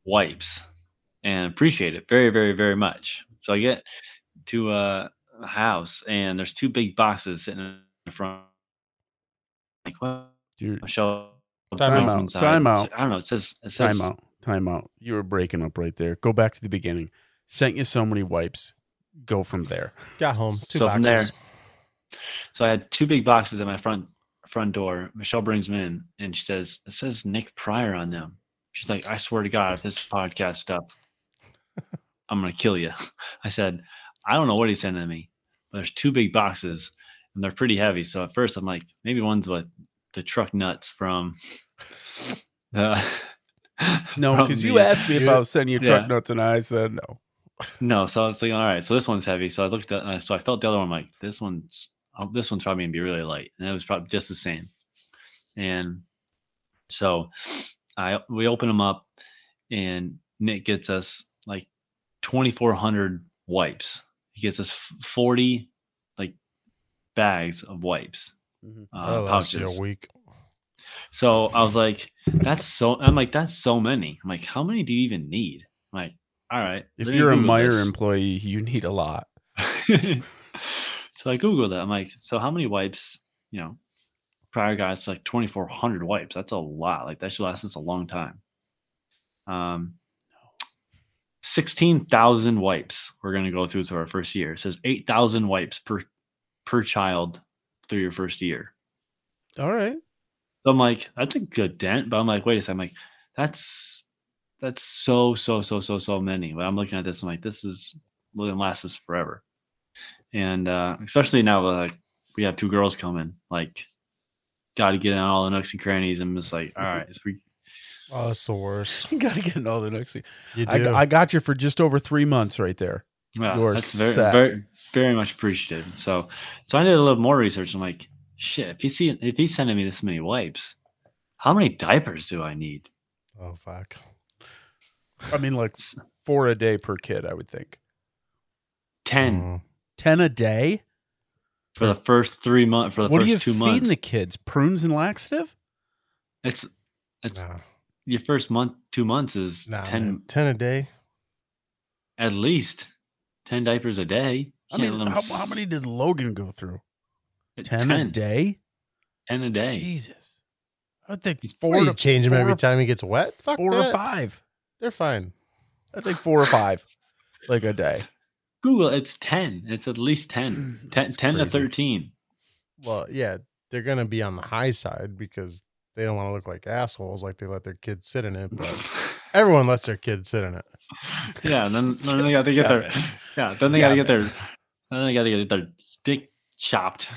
wipes and appreciate it very, very, very much. So I get to a house and there's two big boxes sitting in front. Like, well, Dude, Michelle. Time out, time out. I don't know. It says, it says, time out. Time out. You were breaking up right there. Go back to the beginning. Sent you so many wipes. Go from there. Got home. Two So from boxes. there- So I had two big boxes at my front front door. Michelle brings them in and she says, It says Nick Pryor on them. She's like, I swear to God, if this is podcast [laughs] stuff, I'm gonna kill you. I said, I don't know what he's sending me, but there's two big boxes and they're pretty heavy. So at first I'm like, maybe one's what the truck nuts from uh, No, [laughs] from because the- you asked me if I was sending you truck Yeah. nuts, and I said no. No, so I was thinking, all right, so this one's heavy. So I looked at, uh, so I felt the other one. I'm like, this one's, oh, this one's probably gonna be really light, and it was probably just the same. And so, I we open them up, and Nick gets us like 2,400 wipes. He gets us f- 40 like bags of wipes, Mhm. uh, That'll last you pouches. a week. So I was like, that's so. I'm like, that's so many. I'm like, how many do you even need? I'm like, all right. If let me you're a Google Meyer this." employee, you need a lot. [laughs] so I Googled it. I'm like, so how many wipes, you know, prior guy, it's like 2,400 wipes. That's a lot. Like that should last us a long time. Um, 16,000 wipes we're going to go through to our first year. It says 8,000 wipes per per child through your first year. All right. So I'm like, that's a good dent, but I'm like, wait a second, I'm like, that's that's so so so so so many. But I'm looking at this, I'm like, this is going to last us forever, and uh, especially now uh, like we have two girls coming, like, got to get in all the nooks and crannies. I'm just like, all right, if we, Oh, that's the [laughs] worst. You gotta get in all the next. You do. I, I got you for just over three months right there. well, You are that's very set. very very much appreciated. So so I did a little more research. I'm like, shit, if he's seeing, if he's sending me this many wipes, how many diapers do I need? oh fuck. I mean, like four a day per kid, I would think. Ten Mm. Ten a day. for the first three months for the what are first you two feeding months. the kids? Prunes and laxative? it's it's Nah, your first month, two months is nah, ten man. ten a day. at least ten diapers a day. I Can't mean, let 'em how, how many did Logan go through? s- Ten, a day. 10 a day. Jesus, I would think Or four you to change him four every or- time he gets wet. Fuck four that. or five. They're fine. I think four or five, like a day. Google it's ten. It's at least 10. [clears throat] 10, That's 10 to crazy. [laughs] thirteen. Well, yeah, they're gonna be on the high side because they don't want to look like assholes like they let their kids sit in it. [laughs] But everyone lets their kids sit in it. yeah, and then, then they got to get their yeah, then they got to get their then they got to get their dick chopped.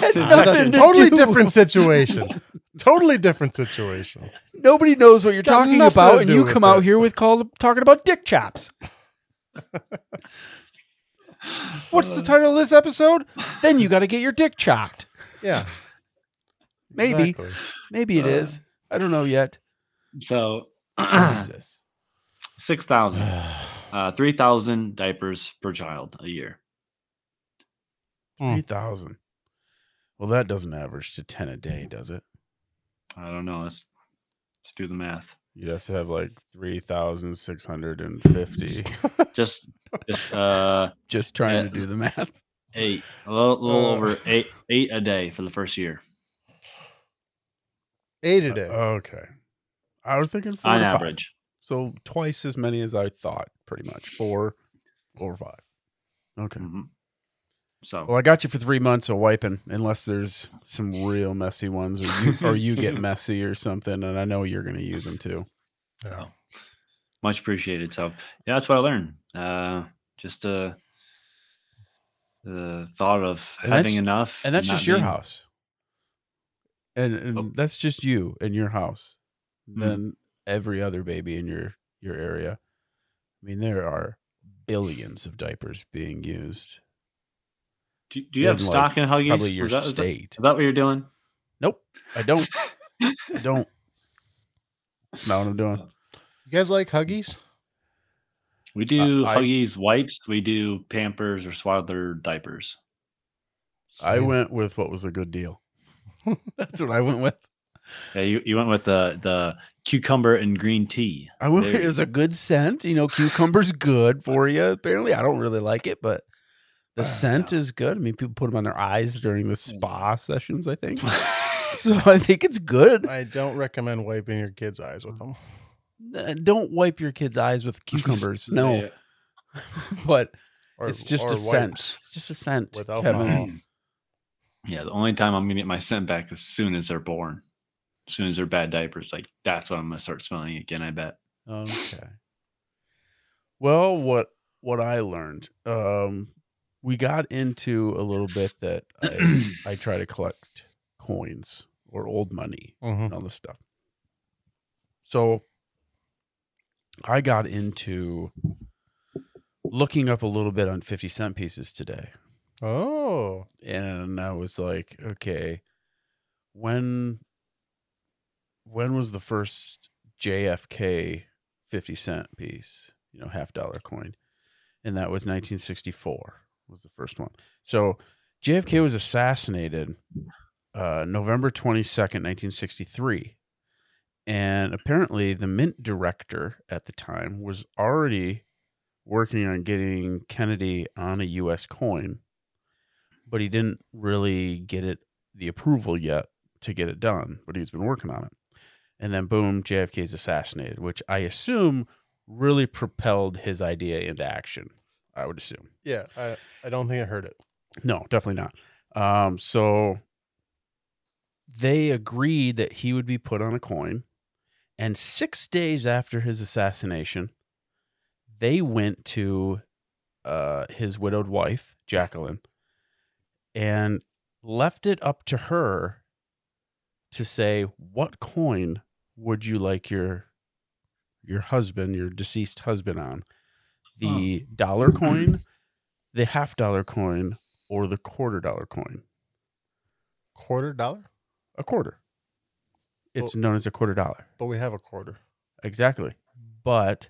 But nothing that's a to totally do. [laughs] different situation. totally different situation. Nobody knows what you're Got talking nothing to about, and do you with come out it. here with call talking about dick [laughs] chops. What's the title of this episode? Then you got to get your dick chopped. Yeah. Maybe, exactly. [sighs] maybe it Uh, is. I don't know [clears throat] yet. So [clears throat] Jesus. six thousand. Uh three thousand diapers per child a year. Hmm. Three thousand. Well, that doesn't average to ten a day, does it? I don't know. Let's let's do the math. You'd have to have like three thousand six hundred and fifty. Just just uh [laughs] Just trying to Yeah. do the math. eight. A little, little Uh. over eight eight a day for the first year. Eight a day. Okay. I was thinking four Uh, on to five. average. So twice as many as I thought, pretty much. Four or five. Okay. Mhm. So Well, I got you for three months of wiping, unless there's some real messy ones, or you, or you [laughs] get messy or something, and I know you're going to use them too. Yeah. much appreciated. So yeah, that's what I learned. Uh, just uh, the thought of And that's- having enough, And that's not just your being- house, and and Oh. that's just you and your house. Mhm. Then every other baby in your your area. I mean, there are billions of diapers being used. Do, do you have in, like, stock in Huggies? Probably your Is that, is that- state. is that what you're doing? Nope, I don't. [laughs] I don't. That's not what I'm Oh, doing. You guys like Huggies? We do I- Huggies wipes. We do Pampers or Swaddler diapers. I Same. went with what was a good deal. [laughs] That's what I went with. Yeah, you, you went with the the cucumber and green tea. I will, There- it was a good scent. You know, cucumber's good for you. Apparently, I don't really like it, but the Ah. scent is good. I Hmm. mean, people put them on their eyes during the spa sessions. I [laughs] think so. I think it's good. I don't recommend wiping your kids' eyes with them. Uh, Don't wipe your kids' eyes [laughs] with cucumbers. [laughs] No, [laughs] Yeah. but Or- it's just or a wipes. scent. It's just a scent. with alcohol. [laughs] Kevin. [clears throat] Yeah, the only time I'm gonna get my scent back as soon as they're born, as soon as they're bad diapers. Like that's when I'm gonna start smelling again. I bet. Okay. Well, what what I learned, um, we got into a little bit that I, I try to collect coins or old money Mhm. and all this stuff. So I got into looking up a little bit on 50 cent pieces today. Oh, And I was like, okay, when when was the first JFK 50 cent piece, you know, half dollar coin? And that was 1964 was the first one. So JFK was assassinated uh, November 22nd, 1963. And apparently, the mint director at the time was already working on getting Kennedy on a US coin, but he didn't really get it the approval yet to get it done, but he's been working on it. And then boom, JFK is assassinated, which I assume really propelled his idea into action. I would assume. Yeah, I, I don't think I heard it. No, definitely not. Um, so they agreed that he would be put on a coin. And six days after his assassination, they went to uh, his widowed wife, Jacqueline, and left it up to her to say, What coin would you like your your husband, your deceased husband on? The dollar coin, the half dollar coin, or the quarter dollar coin. Quarter dollar? A quarter. It's known as a quarter dollar. But we have a quarter. Exactly. But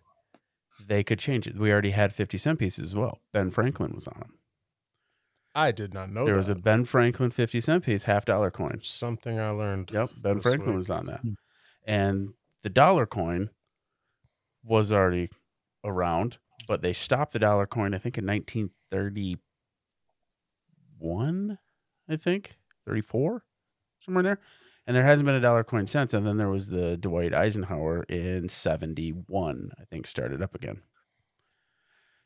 they could change it. We already had 50 cent pieces as well. Ben Franklin was on them. I did not know There that. was a Ben Franklin 50 cent piece, half dollar coin. something I learned. [clears throat] Yep. Ben This Franklin week. was on that. Hmm. And the dollar coin was already around, but they stopped the dollar coin, I think, in 1931, I think, 34, somewhere in there. And there hasn't been a dollar coin since. And then there was the Dwight Eisenhower in 71, I think, started up again.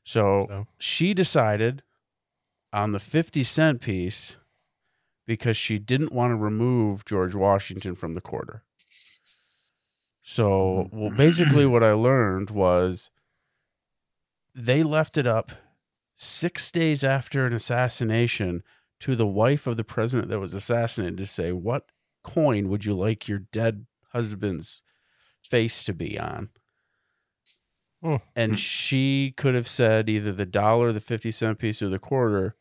So So, she decided on the 50 cent piece because she didn't want to remove George Washington from the quarter. So, well, basically, what I learned was they left it up six days after an assassination to the wife of the president that was assassinated to say, What coin would you like your dead husband's face to be on? Hmm. And Hmm. she could have said either the dollar, the 50 cent piece, or the quarter.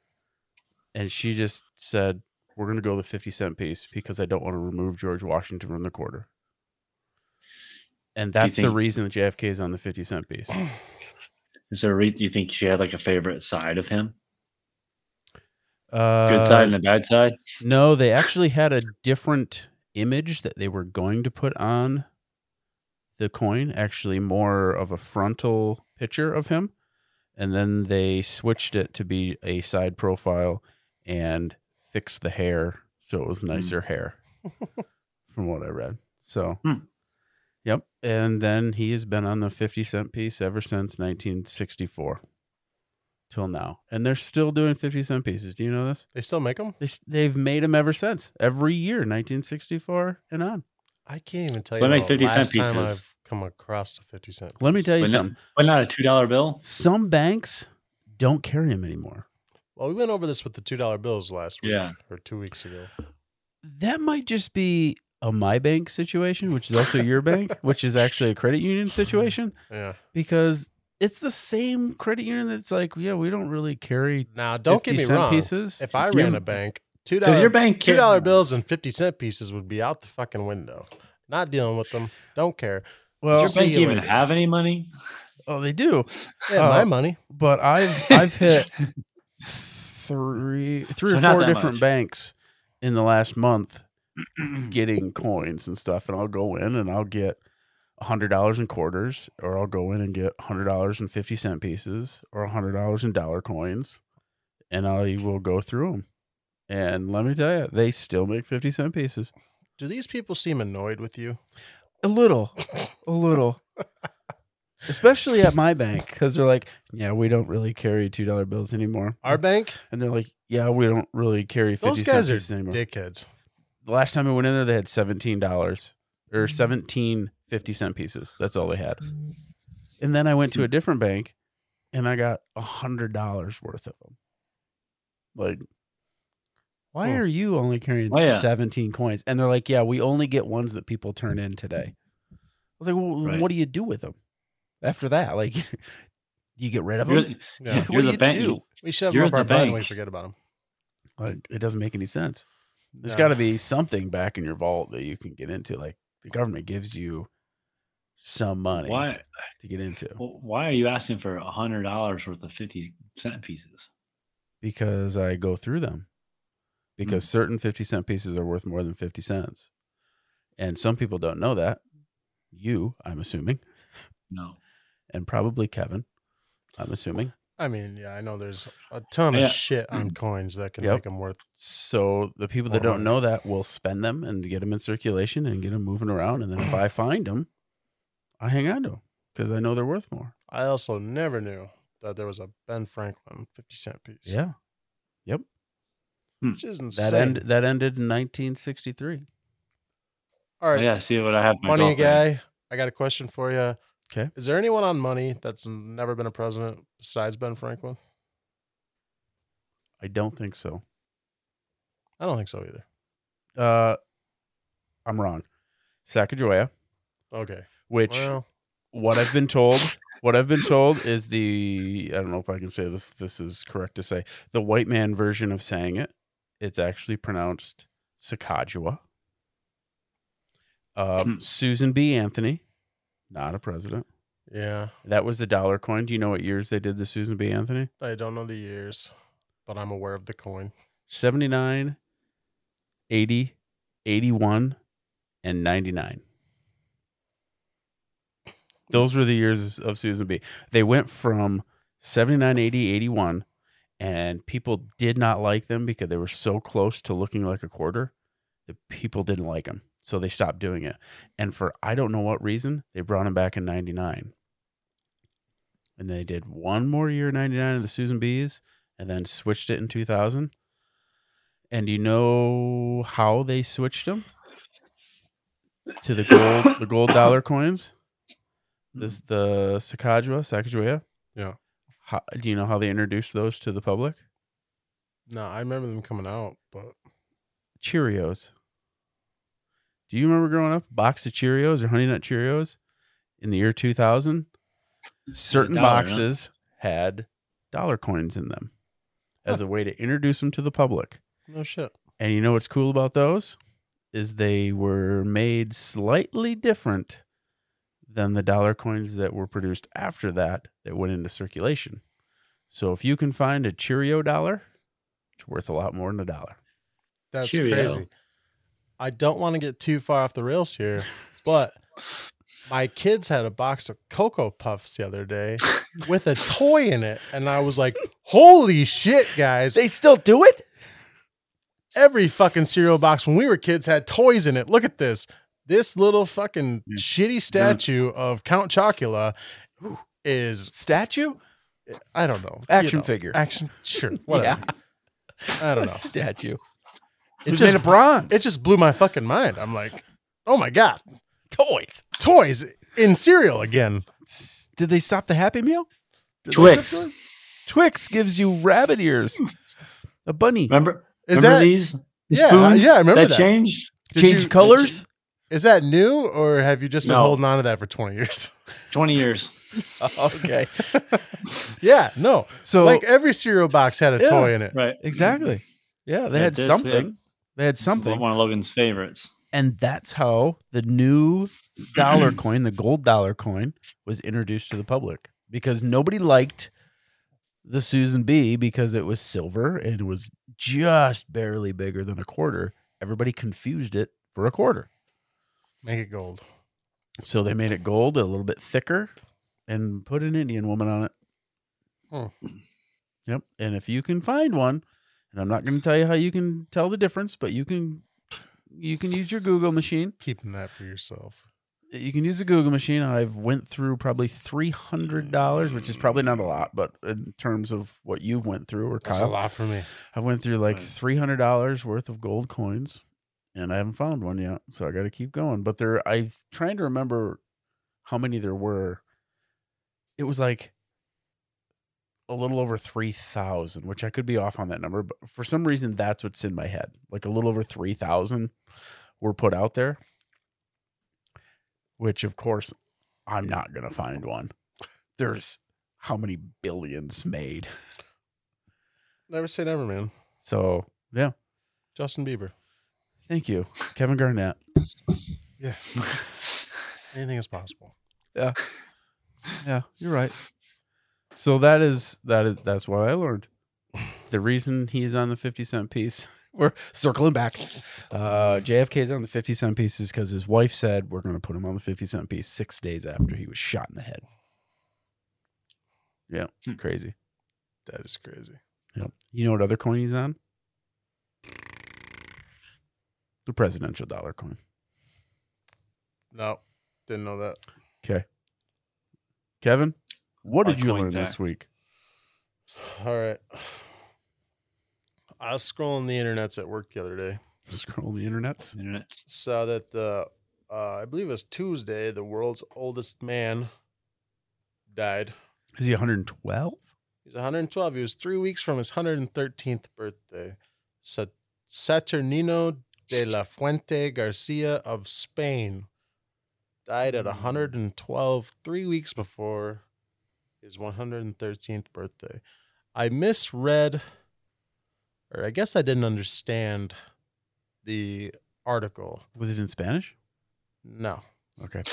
And she just said, We're going to go the 50 cent piece because I don't want to remove George Washington from the quarter. And you that's the think- reason that JFK is on the 50 cent piece. Is there a re- do you think she had like a favorite side of him? Uh, Good side and a bad side? No, they actually had a different image that they were going to put on the coin, actually more of a frontal picture of him. And then they switched it to be a side profile and fixed the hair so it was nicer hair from what I read. So Hmm. Yep. And then he has been on the 50 cent piece ever since 1964 till now. And they're still doing 50 cent pieces. Do you know this? They still make them? They, s- they've made them ever since, every year, 1964 and on. I can't even tell So you. they make the 50 cent last time pieces. I've come across a 50 cent. Let me piece. tell you But not, something. but not a two dollar bill? Some banks don't carry them anymore. Well, we went over this with the $2 bills last week Yeah. or two weeks ago. That might just be a my bank situation, which is also your [laughs] bank, which is actually a credit union situation Yeah. because it's the same credit union that's like, yeah, we don't really carry Now, don't 50 get me cent wrong. pieces. If I ran You- a bank, Because your $2, bank $2 can't- dollar bills and 50 cent pieces would be out the fucking window. Not dealing with them. Don't care. Does well, your bank see you even later. have any money? oh, they do, Yeah, Uh, my money. but [laughs] I've I've hit three three So or not four that different much. banks in the last [clears throat] month getting coins and stuff and I'll go in and I'll get $100 in quarters or I'll go in and get $100 and 50 cent pieces or $100 in dollar coins and I will go through them. And let me tell you, they still make 50 cent pieces. Do these people seem annoyed with you? A little. A [laughs] little. Especially at my bank cuz they're like, yeah, we don't really carry $2 bills anymore. Our bank? and they're like, yeah, we don't really carry 50 Those cent guys are pieces Hmm. anymore. dickheads. The last time I went in there, they had seventeen dollars or 17 50 cent pieces. That's all they had. And then I went to a different bank, and I got a hundred dollars worth of them. Like, why Hmm. are you only carrying Oh, yeah. seventeen coins? And they're like, yeah, we only get ones that people turn in today. I was like, well, Right. what do you do with them after that? Like, [laughs] you get rid of them. You're, Yeah. What you're do the you bank. do? We shove You're them up the our butt and we bank. forget about them. Like, it doesn't make any sense. There's No. got to be something back in your vault that you can get into. Like the government gives you some money Why? to get into Well, why are you asking for a hundred dollars worth of fifty cent pieces? because I go through them because certain 50 cent pieces are worth more than 50 cents. And some people don't know that. You, I'm assuming, No, and probably Kevin, I'm assuming. I mean, yeah, I know there's a ton Yeah. Mm. of shit on coins that can Yep. make them worth. So the people that don't know that will spend them and get them in circulation and get them moving around. And then if I find them, I hang on to them because I know they're worth more. I also never knew that there was a Ben Franklin 50 cent piece. Yeah, Which is insane. that end that ended in 1963. All right. I gotta see what I have. in my money golf bag. guy, I got a question for you. 'Kay. Is there anyone on money that's never been a president besides Ben Franklin? I don't think so. I don't think so either. Uh, I'm wrong. Sacagawea, Okay. which well, what I've been told, what I've been told is the I don't know if I can say this. This is correct to say the white man version of saying it. It's actually pronounced Sacagawea. Um, Susan B. Anthony, not a president. yeah. That was the dollar coin. Do you know what years they did the Susan B. Anthony? I don't know the years, but I'm aware of the coin. 79, 80, 81, and 99. Those were the years of Susan B. They went from 79, 80, 81, and people did not like them because they were so close to looking like a quarter that people didn't like them. So they stopped doing it. And for I don't know what reason, they brought them back in 99. And they did one more year, 99 of the Susan B's, and then switched it in 2000. And do you know how they switched them to the gold, the gold dollar coins? This the Sacagawea, Sacagawea. Yeah. How, do you know how they introduced those to the public? No, I remember them coming out, but Cheerios. Do you remember growing up, box of Cheerios or Honey Nut Cheerios in the year 2000? Certain dollar, huh? boxes had dollar coins in them as a way to introduce them to the public. no shit. And you know what's cool about those is they were made slightly different than the dollar coins that were produced after that that went into circulation. So if you can find a Cheerio dollar, it's worth a lot more than a dollar. That's Cheerio. crazy. I don't want to get too far off the [laughs] rails here, but my kids had a box of Cocoa Puffs the other [laughs] day with a toy in it. And I was like, holy shit, guys. They still do it? Every fucking cereal box when we were kids had toys in it. Look at this. This little fucking Yeah. shitty statue of Count Chocula is, Statue? I don't know. you Action know, [laughs] figure. Action, sure. [laughs] Whatever. I don't know. Statue. It It's just, made of bronze. it just blew my fucking mind. I'm like, oh my God. toys. toys in cereal again. Did they stop the Happy Meal? Did they Twix. stop doing- Twix gives you rabbit ears, a bunny. Remember? Is remember that is these? these Yeah, I- spoons yeah, I remember that. changed. Did Change you- colors? that new or have you just been No. holding on to that for 20 years? [laughs] Twenty years. [laughs] okay. yeah, no. So like every cereal box had a Yeah. toy in it. Right. exactly. Yeah, they Yeah, had that's it. something. They had This is something. One of Logan's favorites. And that's how the new dollar coin, the gold dollar coin, was introduced to the public because nobody liked the Susan B because it was silver and it was just barely bigger than a quarter. Everybody confused it for a quarter. Make it gold. So they made it gold, a little bit thicker, and put an Indian woman on it. Hmm. Yep. And if you can find one, and I'm not going to tell you how you can tell the difference, but you can you can use your Google machine Keeping that for yourself. you can use a Google machine. I've went through probably three hundred dollars, which is probably not a lot, but in terms of what you've went through or That's a Kyle, lot for me. I went through like Right. three hundred dollars worth of gold coins, and I haven't found one yet. So I got to keep going. But there, I'm trying to remember how many there were. It was like a little over three thousand, which I could be off on that number, but for some reason that's what's in my head. Like a little over three thousand were put out there, which of course I'm not gonna find one. There's how many billions made, Never say never, man. so yeah. Justin Bieber. Thank you, Kevin Garnett. Yeah. Anything is possible. Yeah, you're right. So that is that is that's what I learned. The reason he's on the 50 cent piece. [laughs] We're circling back. Uh, JFK's on the 50 cent piece is because his wife said we're going to put him on the 50 cent piece six days after he was shot in the head. Yeah, Hmm. crazy. That is crazy. You know what other coin he's on? The presidential dollar coin. No, didn't know that. [sighs] Kevin, what My did you coin learn this fact. week? All right. I was scrolling the internets at work the other day. Scroll the internets. Internet. [clears throat] saw that the uh, I believe it was Tuesday, the world's oldest man died. Is he 112? He's 112. He was three weeks from his 113th birthday. Sat- Saturnino de la Fuente Garcia of Spain died at 112, three weeks before his 113th birthday. I misread, or I guess I didn't understand the article. Was it in Spanish? No. Okay.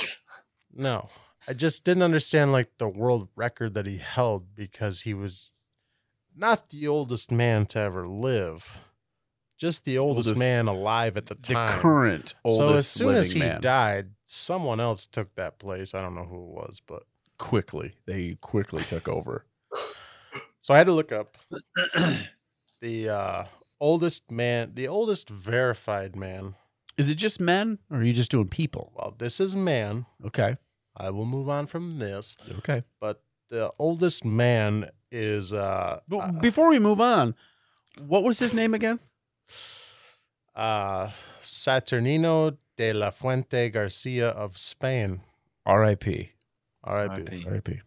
No, I just didn't understand like the world record that he held because he was not the oldest man to ever live, just the oldest, Oldest- man alive at the time. The current oldest so as soon living as he man. died, someone else took that place. I don't know who it was, but quickly, they quickly took over. so I had to look up the uh, oldest man, the oldest verified man. Is it just men, or are you just doing people? Well, this is man. Okay. I will move on from this, Okay. but the oldest man is uh, But uh, before we move on, what was his name again? uh, Saturnino de la Fuente Garcia of Spain. R.I.P. R.I.P. RIP. R.I.P.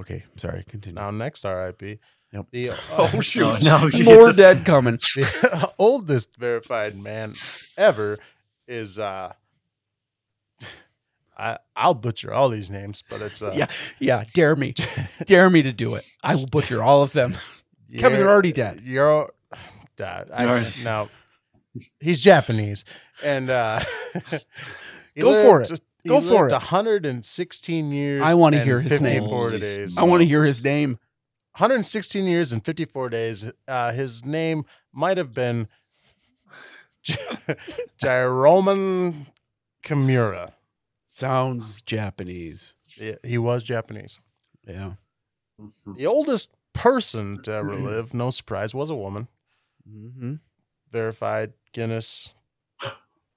Okay. Sorry. Continue. [laughs] Now, next R.I.P. Yep. [laughs] The, Oh [laughs] uh, shoot! no, More Jesus. dead coming. [laughs] [laughs] the [laughs] oldest verified man ever is. Uh, [laughs] I, I'll butcher all these names, but it's. Uh, Yeah. Yeah, dare [laughs] me. dare me to do it. I will butcher all of them. Kevin, they're Yer- already dead. Yer- Dad. I, [laughs] All right. Now, he's Japanese. And. Uh, [laughs] he Go for lived- he Go for lived it. 116 years. I wanna and hear his name. 54 Holy days. I want to hear his name. 116 years and 54 days. Uh, his name might have been J- [laughs] Jiroman Kimura. Sounds Japanese. Yeah, He was Japanese. Yeah. The oldest person to ever live, no surprise, was a woman. Mm-hmm. Verified Guinness.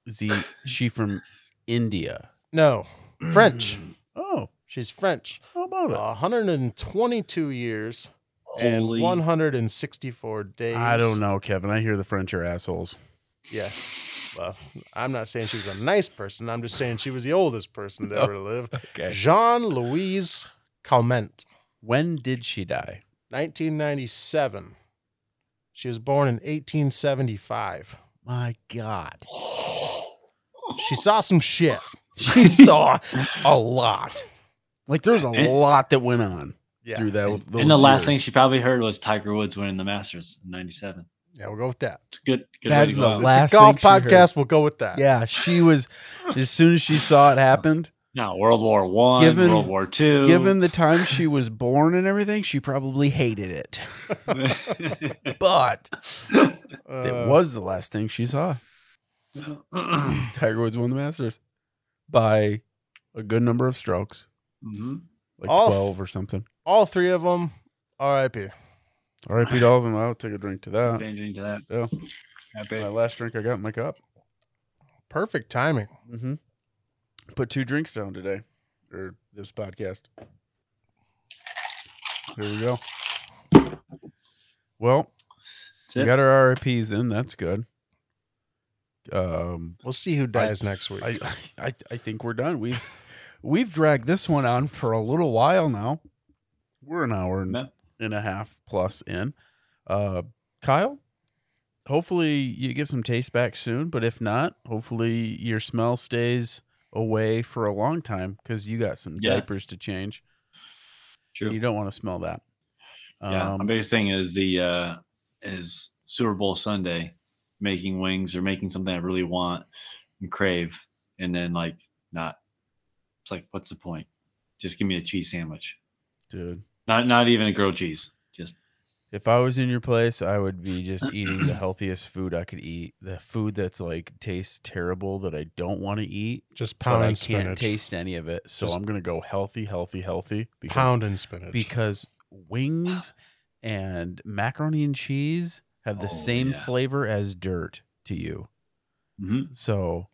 Is he? She from India? No, French. [clears throat] Oh, She's French. how about Uh, it? 122 years and Holy. 164 days. I don't know, Kevin. I hear the French are assholes. Yeah. Well, I'm not saying she was a nice person. I'm just saying she was the oldest person to ever live. Okay. Jean Louise Calment, When did she die? 1997. She was born in 1875. My God. She saw some shit. [laughs] She saw a lot. Like, there's a And- lot that went on Yeah. through that. And, those and the last thing years. she probably heard was Tiger Woods winning the Masters in '97. Yeah, we'll go with that. It's a good. good way That's to the go out. last Golf thing she heard. podcast, we'll go with that. Yeah, she was. As soon as she saw it happened, No, World War One, Given- World War Two. [laughs] given [clears throat] the time she was born and everything, she probably hated it. But Uh, it was the last thing she saw. Mhm. Tiger Woods won the Masters by a good number of strokes, like Off. 12 or something. All three of them, RIP. All right, Pete Alvin, I'll take a drink to that. Changing to that. Yeah, Happy. my last drink I got in my cup. Perfect timing. Mm-hmm. Put two drinks down today, or this podcast. Here we go. Well, That's we it. got our RIPS in. That's good. Um, We'll see who dies next week. I, I [laughs] I think we're done. We've we've dragged this one on for a little while now. We're an hour and, Yeah. and a half plus in. Uh, Kyle, hopefully you get some taste back soon. But if not, hopefully your smell stays away for a long time because you got some Yeah. diapers to change. True. You don't want to smell that. Yeah, my Um, biggest thing is the uh, is Super Bowl Sunday, making wings or making something I really want and crave, and then like not. It's like, what's the point? Just give me a cheese sandwich. dude, Not not even a grilled cheese. Just if I was in your place, I would be just eating the healthiest food I could eat. The food that's like tastes terrible that I don't want to eat. Just but pound I and can't spinach. taste any of it. So Just- I'm gonna go healthy, healthy, healthy. Because, pound and spinach. [sighs] because wings and macaroni and cheese have the Oh, same yeah. flavor as dirt to you. hmm So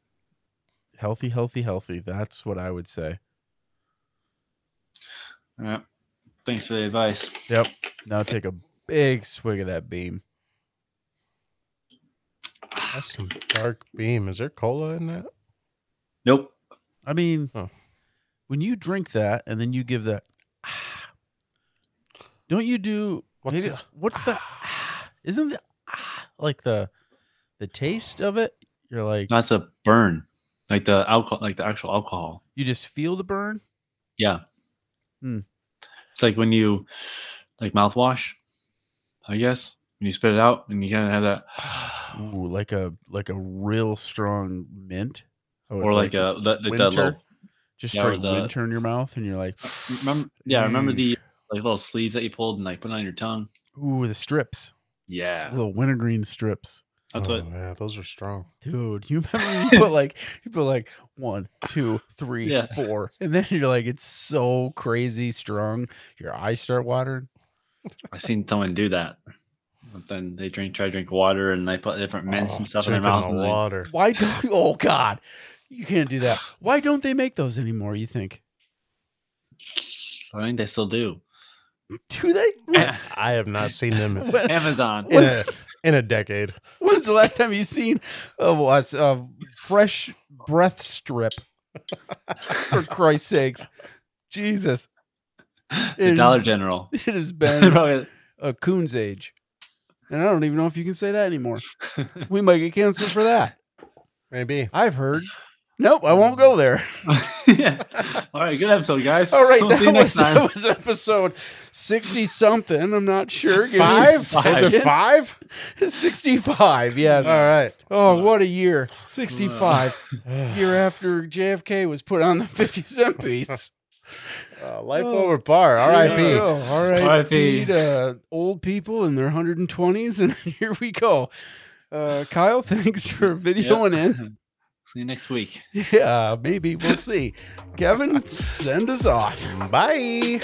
healthy, healthy, healthy. That's what I would say. Yeah. Thanks for the advice. Yep. Now take a big swig of that beam. That's some dark beam. Is there cola in that? Nope. I mean, Oh. when you drink that and then you give that, [sighs] ah, don't you do What's maybe- the- what's the? ah, [sighs] isn't the [sighs] ah, like the the taste of it? You're like That's a burn. Like the alcohol like the actual alcohol. you just feel the burn. Yeah. Hmm. It's like when you like mouthwash, I guess. When you spit it out and you kind of have that [sighs] Ooh, like a like a real strong mint, Oh, or it's like, a the, the, that winter. little just yeah, or straight the- winter in your mouth, and you're like, remember yeah, remember Yeesh. the like little sleeves that you pulled and like put on your tongue? [gasps] ooh, the strips, Yeah. little wintergreen strips. That's oh, what yeah, those are strong. Dude, [laughs] you remember [laughs] when you put like you put like one, two, three, four, Yeah. and then you're like it's so crazy strong. Your eyes start watering. I seen someone do that. But then they drink try to drink water and they put different mints Oh, and stuff in their drinking mouth the and they- water. Why don't [laughs] oh god, you can't do that. Why don't they make those anymore? You think? I think they still do. Do they? When- I have not seen them in, when- [laughs] Amazon. in a, in a decade. [sighs] When's the last time you seen a, a, a fresh breath strip? [laughs] For Christ's sakes, Jesus! [laughs] the is- Dollar General. [laughs] It has been Probably- [laughs] a coon's age. And I don't even know if you can say that anymore. we might get canceled for that. Maybe. I've heard. Nope, I won't go there. yeah. All right, good episode, guys. All right, we'll that, see you next was, time. that was episode 60 something. I'm not sure. Give me a Five? Is it second. five? 65, yes. All right. Oh, what a year. 65. Uh, year after JFK was put on the 50 cent [laughs] piece. Uh, life Oh. over bar. Here we R.I.P. go. R.I.P. R.I.P.. to uh, old people in their 120s, and [laughs] here we go. Uh, Kyle, [laughs] thanks for videoing in. See you next week. Yeah, maybe we'll see. Kevin, send us off. Bye.